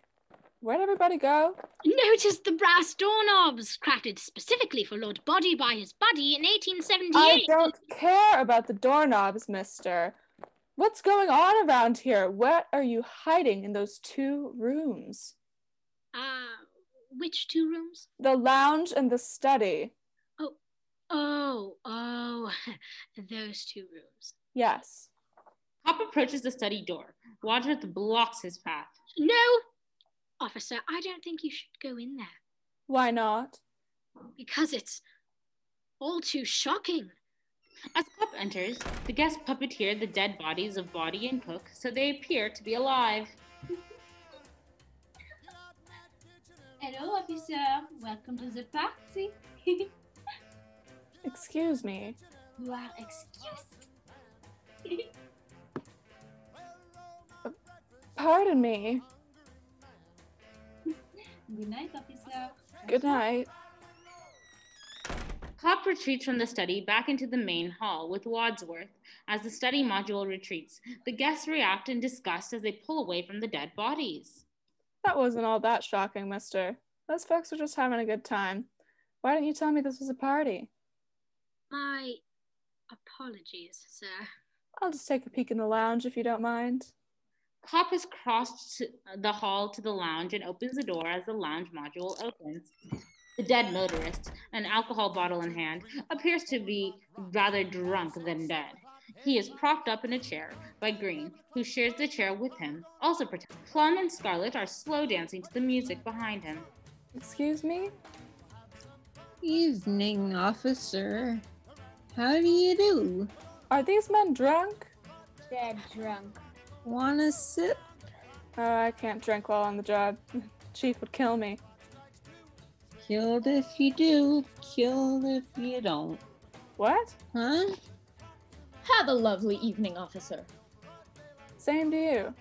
Speaker 13: where'd everybody go?
Speaker 5: Notice the brass doorknobs, crafted specifically for Lord Body by his buddy in 1878.
Speaker 13: I don't care about the doorknobs, mister. What's going on around here? What are you hiding in those two rooms?
Speaker 5: Uh, which two rooms?
Speaker 13: The lounge and the study.
Speaker 5: Oh, oh, those two rooms.
Speaker 13: Yes.
Speaker 14: Hop approaches the study door. Wadsworth blocks his path.
Speaker 5: No! Officer, I don't think you should go in there
Speaker 13: Why not?
Speaker 5: because it's all too shocking.
Speaker 14: As Cup enters, the guests puppeteer the dead bodies of Body and Cook so they appear to be alive.
Speaker 4: Hello, officer. Welcome to the party.
Speaker 13: Excuse me.
Speaker 4: You are excused.
Speaker 13: Pardon me.
Speaker 4: Good night, officer.
Speaker 13: Good night.
Speaker 14: Cobb retreats from the study back into the main hall with Wadsworth as the study module retreats. The guests react in disgust as they pull away from the dead bodies.
Speaker 13: That wasn't all that shocking, mister. Those folks were just having a good time. Why didn't you tell me this was a party?
Speaker 5: My apologies, sir.
Speaker 13: I'll just take a peek in the lounge if you don't mind.
Speaker 14: Cobb has crossed to- the hall to the lounge and opens the door as the lounge module opens. The dead motorist, an alcohol bottle in hand, appears to be rather drunk than dead. He is propped up in a chair by Green, who shares the chair with him. Also, pretend. Plum and Scarlet are slow dancing to the music behind him.
Speaker 13: Excuse me?
Speaker 9: Evening, officer. How do you do?
Speaker 13: Are these men drunk?
Speaker 11: Dead drunk.
Speaker 9: Wanna sip?
Speaker 13: Oh, I can't drink while on the job. Chief would kill me.
Speaker 9: Killed if you do, killed if you don't.
Speaker 13: What?
Speaker 9: Huh?
Speaker 10: Have a lovely evening, officer.
Speaker 13: Same to you.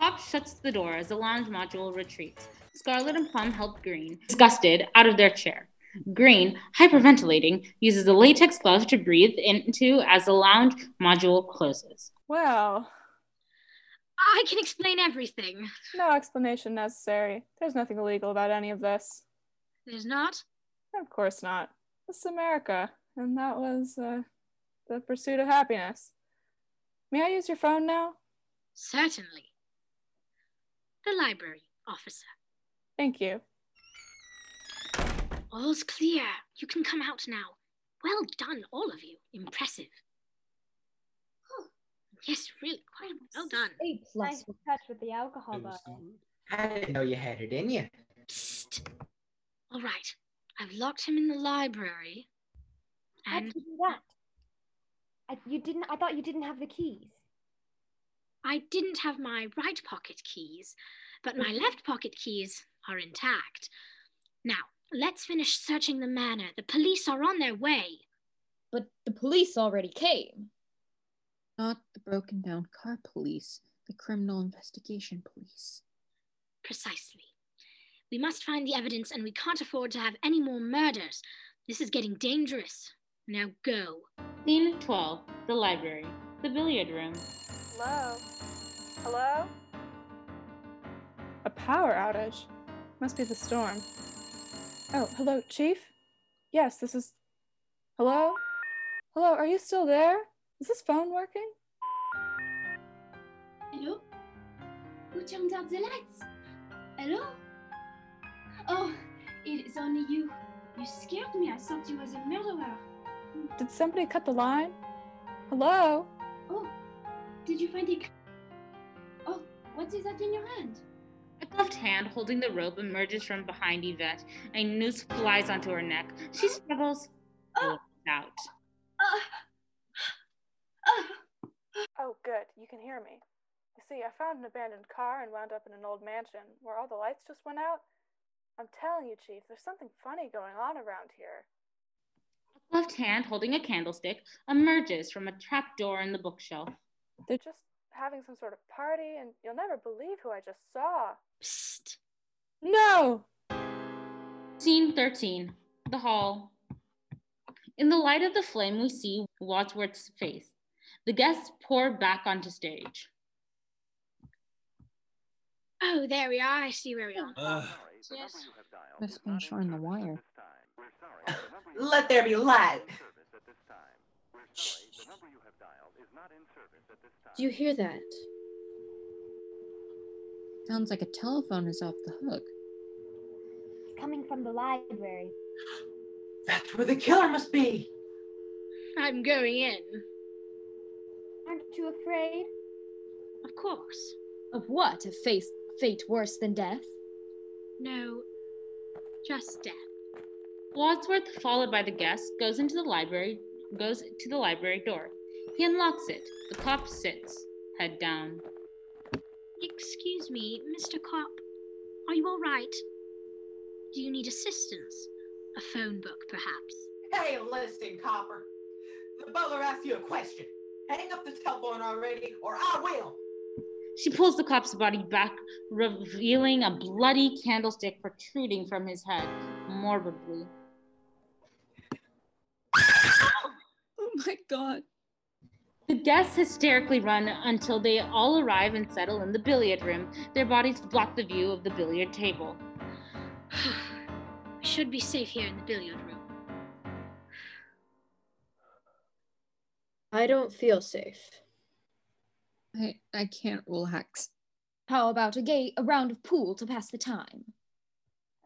Speaker 14: Cobb shuts the door as the lounge module retreats. Scarlet and Plum help Green, disgusted, out of their chair. Green, hyperventilating, uses a latex glove to breathe into as the lounge module closes.
Speaker 13: Well,
Speaker 5: I can explain everything.
Speaker 13: no explanation necessary. There's nothing illegal about any of this.
Speaker 5: There's not.
Speaker 13: Of course not. This is America, and that was uh, the pursuit of happiness. May I use your phone now?
Speaker 5: Certainly. The library, officer.
Speaker 13: Thank you.
Speaker 5: All's clear. You can come out now. Well done, all of you. Impressive. Yes, really, quite well done.
Speaker 10: A
Speaker 11: Nice touch with the alcohol bottle.
Speaker 6: I didn't know you had it in you.
Speaker 5: All right. I've locked him in the library.
Speaker 11: How'd you
Speaker 5: And
Speaker 11: do that? I, you didn't. I thought you didn't have the keys.
Speaker 5: I didn't have my right pocket keys, but
Speaker 11: Mm-hmm.
Speaker 5: my left pocket keys are intact. Now, let's finish searching the manor. The police are on their way.
Speaker 10: But the police already came.
Speaker 9: Not the broken down car police, the criminal investigation police.
Speaker 5: Precisely. We must find the evidence, and we can't afford to have any more murders. This is getting dangerous. Now go.
Speaker 14: Scene 12 The library, the billiard room.
Speaker 16: Hello? Hello?
Speaker 13: A power outage? Must be the storm. Oh, hello, Chief? Yes, this is. Hello? Hello, are you still there? Is this phone working?
Speaker 8: Hello? Who turned out the lights? Hello? Oh, it's only you. You scared me. I thought you was a murderer.
Speaker 13: Did somebody cut the line? Hello?
Speaker 8: Oh, did you find it? Oh, what is that in your hand?
Speaker 14: A gloved hand holding the rope emerges from behind Yvette. A noose flies onto her neck. She struggles
Speaker 16: Oh.
Speaker 14: out.
Speaker 16: Oh, good. You can hear me. You see, I found an abandoned car and wound up in an old mansion where all the lights just went out. I'm telling you, Chief, there's something funny going on around here.
Speaker 14: A gloved hand holding a candlestick emerges from a trapdoor in the bookshelf.
Speaker 16: They're just having some sort of party, and you'll never believe who I just saw.
Speaker 13: No!
Speaker 14: Scene 13 The Hall. In the light of the flame, we see Wadsworth's face. The guests pour back onto stage.
Speaker 5: Oh, there we are. I see where we are. Yes.
Speaker 9: This one's showing the wire.
Speaker 6: Let there be light.
Speaker 2: Do you hear that?
Speaker 9: Sounds like a telephone is off the hook.
Speaker 11: Coming from the library.
Speaker 6: That's where the killer must be.
Speaker 5: I'm going in.
Speaker 11: Aren't you afraid?
Speaker 5: Of course.
Speaker 17: Of what? A face, fate worse than death?
Speaker 5: No, just death.
Speaker 14: Wadsworth, followed by the guests, goes into the library, goes to the library door. He unlocks it. The cop sits, head down.
Speaker 5: Excuse me, Mr. Cop. Are you all right? Do you need assistance? A phone book, perhaps?
Speaker 6: Hey, listen, copper. The butler asked you a question. Hang up the telephone already, or I will.
Speaker 14: She pulls the cop's body back, revealing a bloody candlestick protruding from his head, morbidly.
Speaker 9: Oh my god.
Speaker 14: The guests hysterically run until they all arrive and settle in the billiard room. Their bodies block the view of the billiard table.
Speaker 5: We should be safe here in the billiard room.
Speaker 2: I don't feel safe.
Speaker 9: I, I can't relax.
Speaker 17: How about a gay a round of pool to pass the time?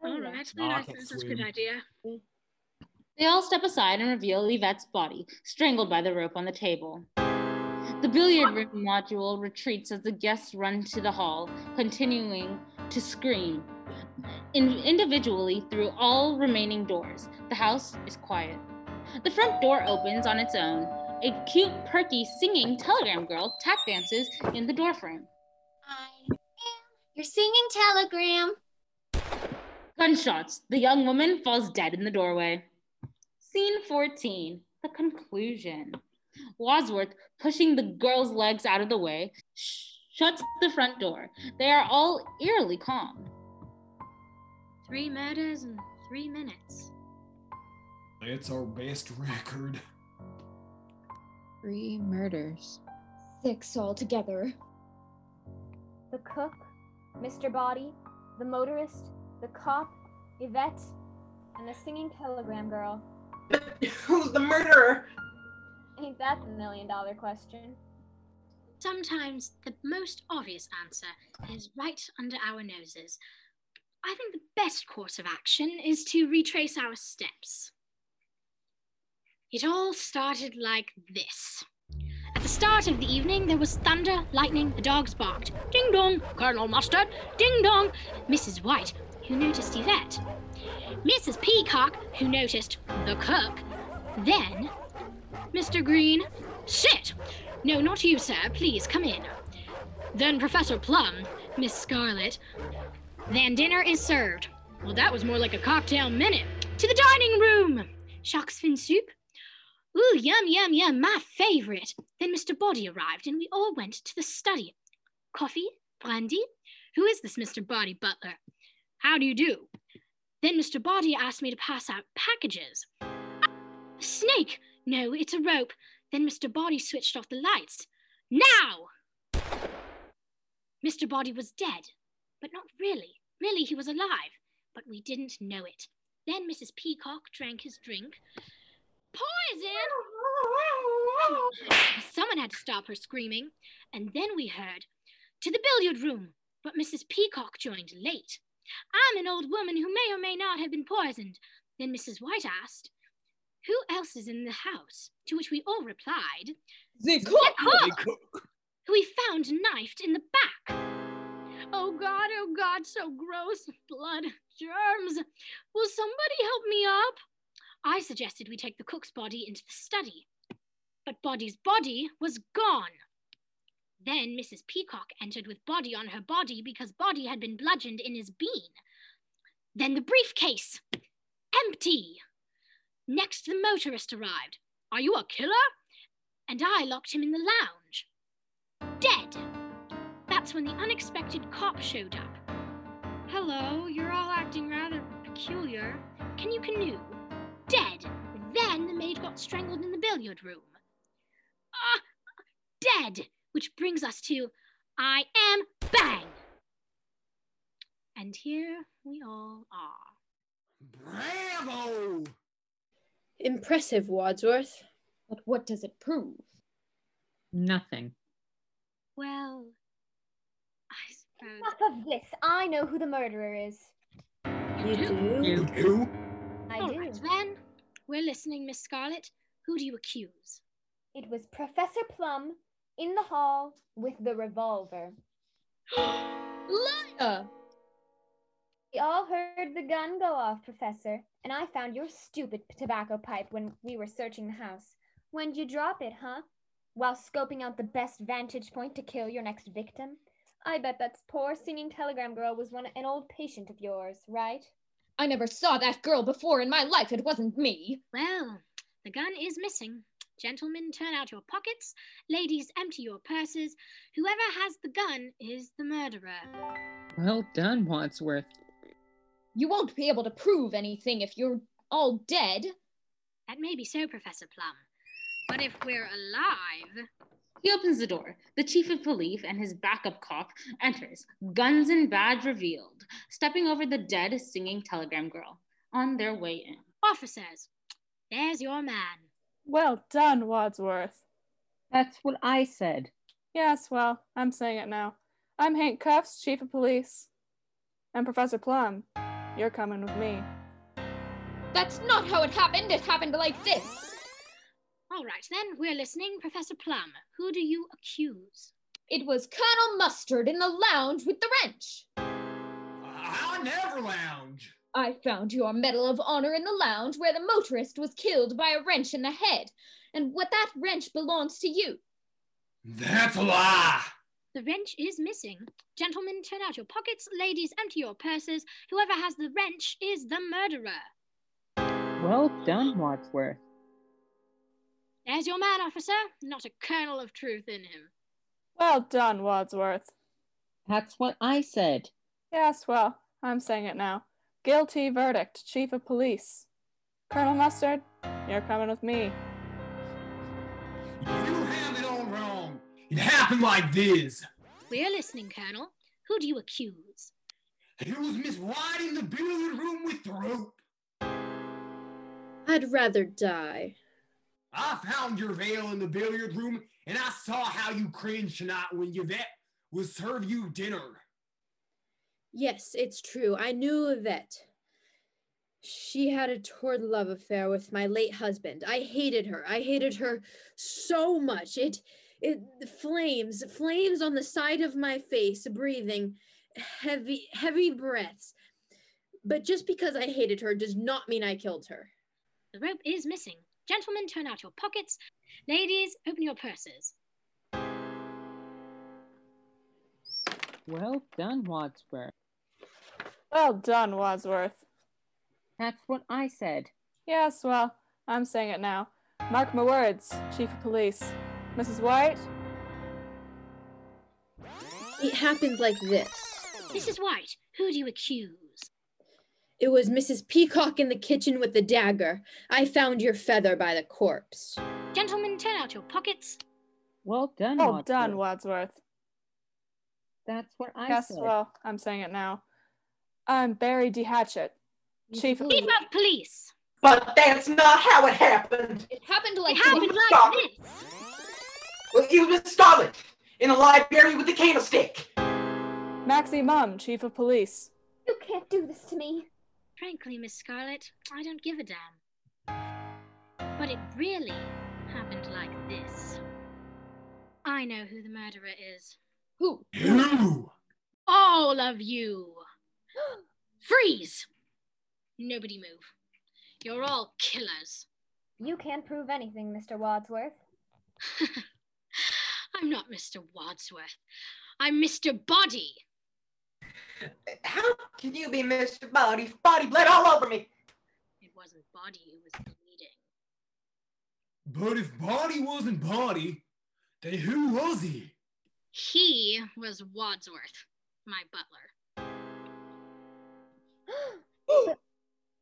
Speaker 11: Oh,
Speaker 5: All right, then I think this is a good idea.
Speaker 14: They all step aside and reveal Yvette's body, strangled by the rope on the table. The billiard room module retreats as the guests run to the hall, continuing to scream in- individually through all remaining doors. The house is quiet. The front door opens on its own. A cute, perky, singing telegram girl tap dances in the doorframe.
Speaker 18: You're singing Telegram.
Speaker 14: Gunshots. The young woman falls dead in the doorway. Scene 14 The Conclusion. Wadsworth, pushing the girl's legs out of the way, sh- shuts the front door. They are all eerily calm.
Speaker 5: Three murders in three minutes.
Speaker 7: It's our best record.
Speaker 9: Three murders.
Speaker 17: Six altogether.
Speaker 11: The cook, Mr. Body, the motorist, the cop, Yvette, and the singing telegram girl.
Speaker 6: Who's the murderer?
Speaker 11: Ain't that the million dollar question?
Speaker 5: Sometimes the most obvious answer is right under our noses. I think the best course of action is to retrace our steps. It all started like this. At the start of the evening, there was thunder, lightning, the dogs barked. Ding dong, Colonel Mustard, ding dong. Mrs. White, who noticed Yvette. Mrs. Peacock, who noticed the cook. Then, Mr. Green, sit! No, not you, sir, please come in. Then Professor Plum, Miss Scarlet. Then dinner is served. Well, that was more like a cocktail minute. To the dining room! Shark's fin soup, Ooh, yum, yum, yum, my favorite. Then Mr. Body arrived and we all went to the study. Coffee? Brandy? Who is this Mr. Body butler? How do you do? Then Mr. Body asked me to pass out packages. A snake! No, it's a rope. Then Mr. Body switched off the lights. Now! Mr. Body was dead, but not really. Really, he was alive, but we didn't know it. Then Mrs. Peacock drank his drink. Poison! Someone had to stop her screaming, and then we heard, To the billiard room! But Mrs. Peacock joined late. I'm an old woman who may or may not have been poisoned. Then Mrs. White asked, Who else is in the house? To which we all replied,
Speaker 19: The cook.
Speaker 5: who we found knifed in the back. Oh God, oh God, so gross. Blood, germs. Will somebody help me up? I suggested we take the cook's body into the study. But Body's body was gone. Then Mrs. Peacock entered with Body on her body because Body had been bludgeoned in his bean. Then the briefcase. Empty. Next, the motorist arrived. Are you a killer? And I locked him in the lounge. Dead. That's when the unexpected cop showed up. Hello, you're all acting rather peculiar. Can you canoe? Dead. Then the maid got strangled in the billiard room. Ah, dead. Which brings us to I am bang. And here we all are.
Speaker 7: Bravo!
Speaker 2: Impressive, Wadsworth.
Speaker 11: But what does it prove?
Speaker 3: Nothing.
Speaker 5: Well, I suppose.
Speaker 11: Enough of this. I know who the murderer is.
Speaker 2: You do?
Speaker 7: You do?
Speaker 11: I
Speaker 5: All
Speaker 11: do.
Speaker 5: right, then. We're listening, Miss Scarlet. Who do you accuse?
Speaker 11: It was Professor Plum in the hall with the revolver.
Speaker 19: Liar!
Speaker 11: We all heard the gun go off, Professor, and I found your stupid tobacco pipe when we were searching the house. When'd you drop it, huh? While scoping out the best vantage point to kill your next victim? I bet that poor singing telegram girl was one an old patient of yours, right?
Speaker 10: I never saw that girl before in my life. It wasn't me.
Speaker 5: Well, the gun is missing. Gentlemen, turn out your pockets. Ladies, empty your purses. Whoever has the gun is the murderer.
Speaker 3: Well done, Wadsworth.
Speaker 10: You won't be able to prove anything if you're all dead.
Speaker 5: That may be so, Professor Plum. But if we're alive,
Speaker 14: He opens the door. The chief of police and his backup cop enters, guns and badge revealed, stepping over the dead singing telegram girl on their way in.
Speaker 5: officers, there's your man.
Speaker 13: Well done, Wadsworth.
Speaker 3: That's what I said.
Speaker 13: Yes, well, I'm saying it now. I'm Hank Cuffs, Chief of Police. And Professor Plum, you're coming with me.
Speaker 10: That's not how it happened. It happened like this.
Speaker 5: All right, then, we're listening, Professor Plum. Who do you accuse?
Speaker 10: It was Colonel Mustard in the lounge with the wrench.
Speaker 7: I never lounge.
Speaker 10: I found your Medal of Honor in the lounge where the motorist was killed by a wrench in the head. And what that wrench belongs to you.
Speaker 7: That's a lie.
Speaker 5: The wrench is missing. Gentlemen, turn out your pockets. Ladies, empty your purses. Whoever has the wrench is the murderer.
Speaker 3: Well done, Wadsworth.
Speaker 5: There's your man, officer. Not a kernel of truth in him.
Speaker 13: Well done, Wadsworth.
Speaker 3: That's what I said.
Speaker 13: Yes, well, I'm saying it now. Guilty verdict, Chief of Police. Colonel Mustard, you're coming with me.
Speaker 7: You have it all wrong. It happened like this.
Speaker 5: We're listening, Colonel. Who do you accuse?
Speaker 7: It was Miss White in the billiard room with the rope.
Speaker 2: I'd rather die.
Speaker 7: I found your veil in the billiard room, and I saw how you cringed tonight when Yvette would serve you dinner.
Speaker 2: Yes, it's true. I knew Yvette. She had a torrid love affair with my late husband. I hated her. I hated her so much. It it flames, flames on the side of my face, breathing heavy heavy breaths. But just because I hated her does not mean I killed her.
Speaker 5: The rope is missing. Gentlemen, turn out your pockets. Ladies, open your purses.
Speaker 3: Well done, Wadsworth.
Speaker 13: Well done, Wadsworth.
Speaker 3: That's what I said.
Speaker 13: Yes, well, I'm saying it now. Mark my words, Chief of Police. Mrs. White,
Speaker 2: It happened like this.
Speaker 5: Mrs. White, who do you accuse?
Speaker 2: It was Mrs. Peacock in the kitchen with the dagger. I found your feather by the corpse.
Speaker 5: Gentlemen, turn out your pockets.
Speaker 3: Well done.
Speaker 2: Oh,
Speaker 13: Well
Speaker 3: Wadsworth.
Speaker 13: done, Wadsworth.
Speaker 3: That's what I
Speaker 13: yes,
Speaker 3: said.
Speaker 13: well, I'm saying it now. I'm Barry D. Hatchett, Chief of
Speaker 5: Chief of Police.
Speaker 6: But that's not how it happened.
Speaker 17: It happened like
Speaker 6: It happened like
Speaker 5: this.
Speaker 6: Well, it was Scarlet in a library with a candlestick.
Speaker 13: Maxie Mum, Chief of Police.
Speaker 11: You can't do this to me.
Speaker 5: Frankly, Miss Scarlet, I don't give a damn. But it really happened like this. I know who the murderer is.
Speaker 17: Who?
Speaker 7: You!
Speaker 5: All of you! Freeze! Nobody move. You're all killers.
Speaker 11: You can't prove anything, Mr. Wadsworth.
Speaker 5: I'm not Mr. Wadsworth. I'm Mr. Body.
Speaker 6: How can you be Mr. Body? Body bled all over me.
Speaker 5: It wasn't Body, it was bleeding.
Speaker 7: But if Body wasn't Body, then who was he?
Speaker 5: He was Wadsworth, my butler.
Speaker 11: But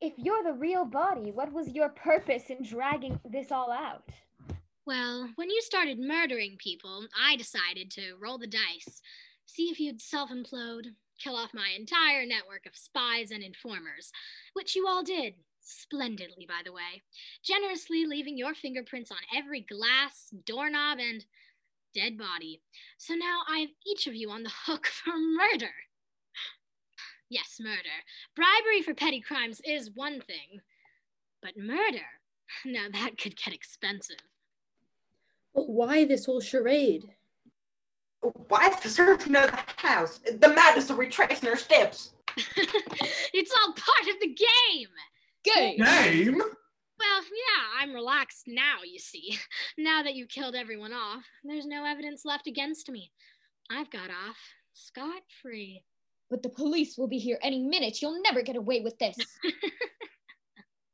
Speaker 11: if you're the real body, what was your purpose in dragging this all out?
Speaker 5: Well, when you started murdering people, I decided to roll the dice, see if you'd self implode, kill off my entire network of spies and informers, which you all did, splendidly, by the way, generously leaving your fingerprints on every glass, doorknob, and dead body. So now I have each of you on the hook for murder. Yes, murder. Bribery for petty crimes is one thing, but murder? Now that could get expensive.
Speaker 2: But why this whole charade?
Speaker 6: Why is the surgeon of the house? The madness of retracing her steps.
Speaker 5: It's all part of the game!
Speaker 17: Game!
Speaker 7: Game?
Speaker 5: Well, yeah, I'm relaxed now, you see. Now that you killed everyone off, there's no evidence left against me. I've got off scot free.
Speaker 17: But the police will be here any minute. You'll never get away with this.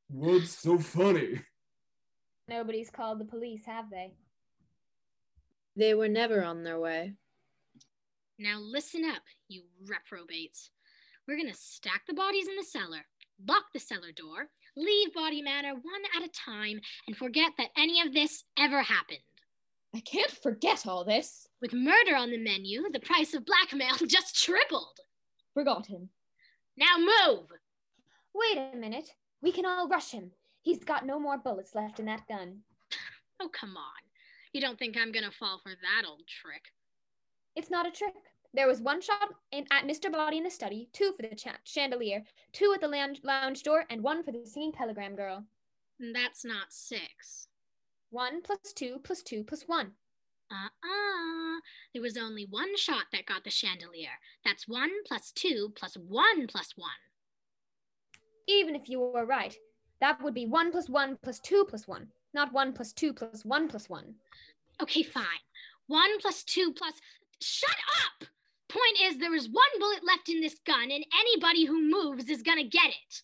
Speaker 7: What's so funny?
Speaker 11: Nobody's called the police, have they?
Speaker 2: They were never on their way.
Speaker 5: Now listen up, you reprobates. We're gonna stack the bodies in the cellar, lock the cellar door, leave Body Manor one at a time, and forget that any of this ever happened.
Speaker 17: I can't forget all this.
Speaker 5: With murder on the menu, the price of blackmail just tripled.
Speaker 17: Forgotten.
Speaker 5: Now move!
Speaker 11: Wait a minute. We can all rush him. He's got no more bullets left in that gun.
Speaker 5: Oh, come on. You don't think I'm gonna fall for that old trick?
Speaker 11: It's not a trick. There was one shot in, at Mr. Body in the study, two for the cha- chandelier, two at the lounge, lounge door, and one for the singing telegram girl.
Speaker 5: That's not six.
Speaker 11: One plus two plus two plus one.
Speaker 5: Uh uh There was only one shot that got the chandelier. That's one plus two plus one plus one.
Speaker 11: Even if you were right, that would be one plus one plus two plus one, not one plus two plus one plus one.
Speaker 5: Okay, fine. One plus two plus. Shut up! Point is, there is one bullet left in this gun, and anybody who moves is gonna get it.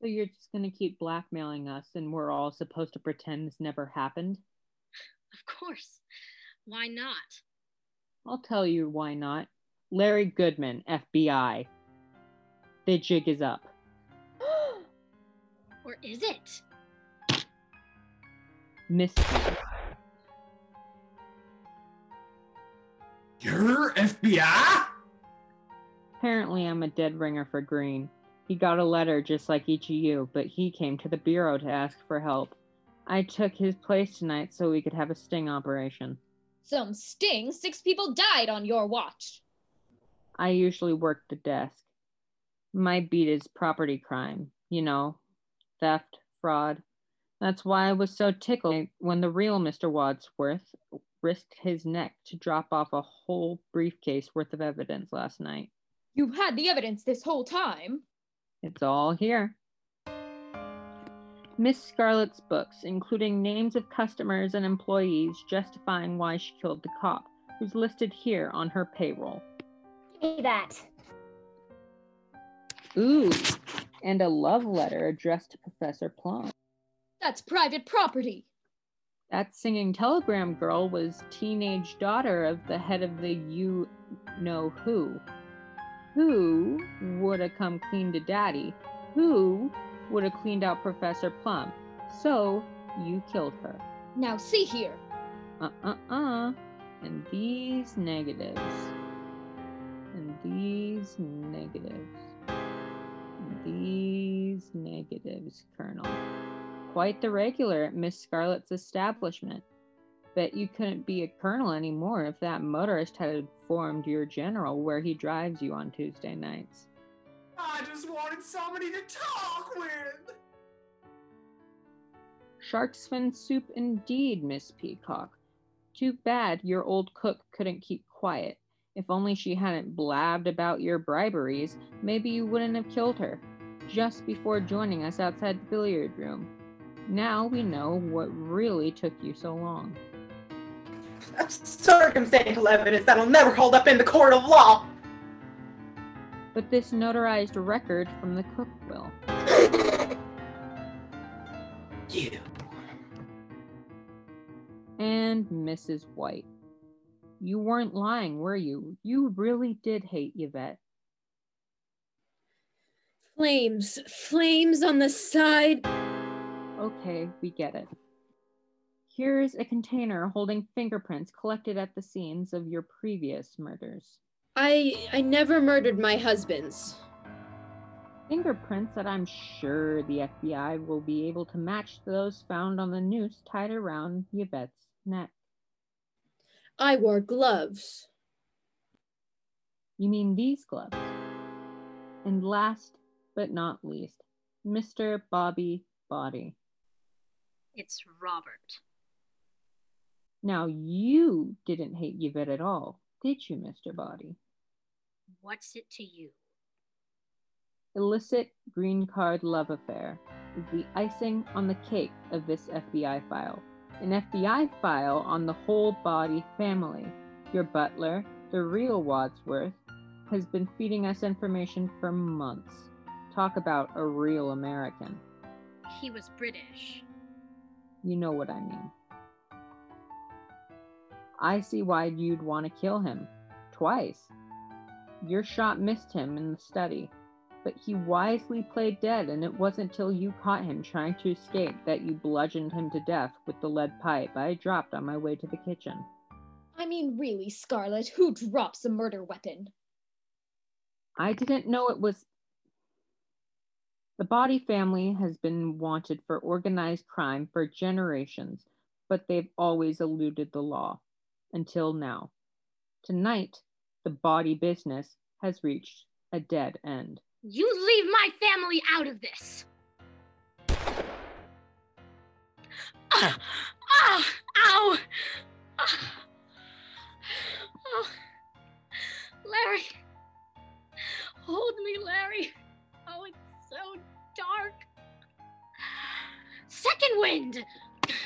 Speaker 3: So you're just going to keep blackmailing us and we're all supposed to pretend this never happened?
Speaker 5: Of course. Why not?
Speaker 3: I'll tell you why not. Larry Goodman, FBI. The jig is up.
Speaker 5: Or is it?
Speaker 3: Mystery.
Speaker 7: You're FBI?
Speaker 3: Apparently, I'm a dead ringer for Green. He got a letter just like each of you, but he came to the Bureau to ask for help. I took his place tonight so we could have a sting operation.
Speaker 17: Some sting. Six people died on your watch.
Speaker 3: I usually work the desk. My beat is property crime, you know, theft, fraud. That's why I was so tickled when the real Mr. Wadsworth risked his neck to drop off a whole briefcase worth of evidence last night.
Speaker 17: You've had the evidence this whole time.
Speaker 3: It's all here. Miss Scarlett's books, including names of customers and employees justifying why she killed the cop, who's listed here on her payroll.
Speaker 11: Give me that.
Speaker 3: Ooh, and a love letter addressed to Professor Plum.
Speaker 17: That's private property.
Speaker 3: That singing telegram girl was teenage daughter of the head of the you know who, who would have come clean to daddy who would have cleaned out Professor Plum. So you killed her.
Speaker 17: Now, see here.
Speaker 3: Uh uh uh. And these negatives. And these negatives. And these negatives, Colonel. Quite the regular at Miss Scarlett's establishment. Bet you couldn't be a colonel anymore if that motorist had informed your general where he drives you on Tuesday nights.
Speaker 7: I just wanted somebody to talk with.
Speaker 3: Shark's fin soup indeed, Miss Peacock. Too bad your old cook couldn't keep quiet. If only she hadn't blabbed about your briberies, maybe you wouldn't have killed her just before joining us outside the billiard room. Now we know what really took you so long.
Speaker 6: Circumstantial evidence that'll never hold up in the court of law.
Speaker 3: But this notarized record from the cook will.
Speaker 6: You.
Speaker 3: And Mrs. White. You weren't lying, were you? You really did hate Yvette.
Speaker 2: Flames, flames on the side.
Speaker 3: Okay, we get it. Here's a container holding fingerprints collected at the scenes of your previous murders.
Speaker 2: I I never murdered my husband's.
Speaker 3: Fingerprints that I'm sure the FBI will be able to match those found on the noose tied around Yvette's neck.
Speaker 2: I wore gloves.
Speaker 3: You mean these gloves? And last but not least, Mr. Bobby Body.
Speaker 5: It's Robert.
Speaker 3: Now, you didn't hate Yvette at all, did you, Mr. Body?
Speaker 5: What's it to you?
Speaker 3: Illicit green card love affair is the icing on the cake of this FBI file. An FBI file on the whole body family. Your butler, the real Wadsworth, has been feeding us information for months. Talk about a real American.
Speaker 5: He was British.
Speaker 3: You know what I mean. I see why you'd want to kill him. Twice. Your shot missed him in the study, but he wisely played dead, and it wasn't till you caught him trying to escape that you bludgeoned him to death with the lead pipe I dropped on my way to the kitchen.
Speaker 17: I mean, really, Scarlet, who drops a murder weapon?
Speaker 3: I didn't know it was the Body family has been wanted for organized crime for generations, but they've always eluded the law until now. Tonight, the Body business has reached a dead end.
Speaker 5: You leave my family out of this! Ah! Ah! Ow! Ah. Oh. Larry! Hold me, Larry! Oh, it's so dark. Second wind! If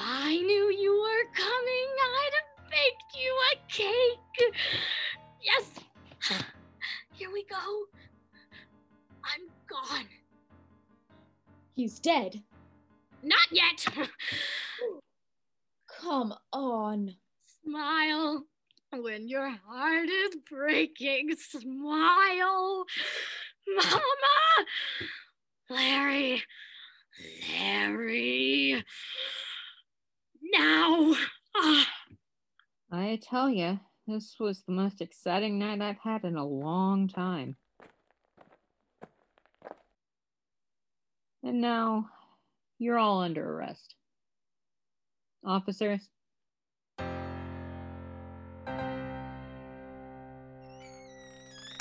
Speaker 5: I knew you were coming, I'd have baked you a cake. Yes! Here we go. I'm gone.
Speaker 17: He's dead.
Speaker 5: Not yet.
Speaker 17: Come on.
Speaker 5: Smile. When your heart is breaking, smile. Mama! Larry! Larry! Now! Ah.
Speaker 3: I tell you, this was the most exciting night I've had in a long time. And now, you're all under arrest. Officers,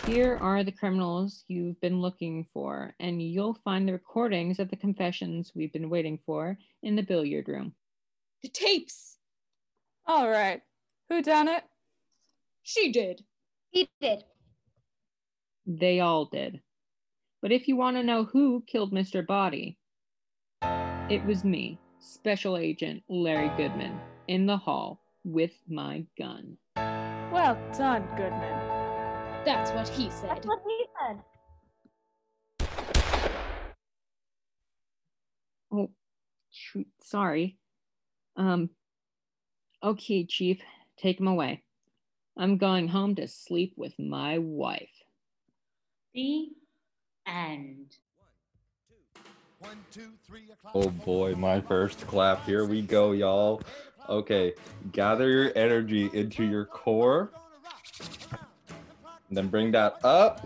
Speaker 3: Here are the criminals you've been looking for, and you'll find the recordings of the confessions we've been waiting for in the billiard room.
Speaker 17: The tapes!
Speaker 13: All right. Who done it?
Speaker 17: She did.
Speaker 11: He did.
Speaker 3: They all did. But if you want to know who killed Mr. Body, it was me, Special Agent Larry Goodman, in the hall with my gun.
Speaker 13: Well done, Goodman.
Speaker 17: That's what he said.
Speaker 11: That's what he said.
Speaker 3: Oh, shoot, sorry. Um, okay, Chief, take him away. I'm going home to sleep with my wife.
Speaker 20: The end.
Speaker 21: Oh boy, my first clap. Here we go, y'all. Okay, gather your energy into your core. And then bring that up.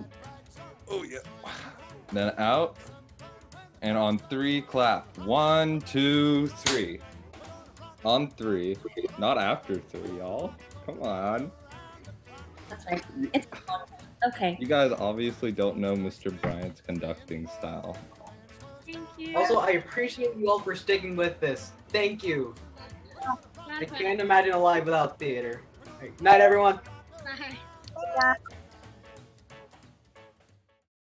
Speaker 21: Oh, yeah. Then out. And on three, clap. One, two, three. On three. Not after three, y'all. Come on.
Speaker 11: That's right. It's okay.
Speaker 21: You guys obviously don't know Mr. Bryant's conducting style.
Speaker 7: Thank you.
Speaker 6: Also, I appreciate you all for sticking with this. Thank you. I
Speaker 14: Bye.
Speaker 6: can't imagine a life without theater. All right, Night, everyone.
Speaker 14: Bye.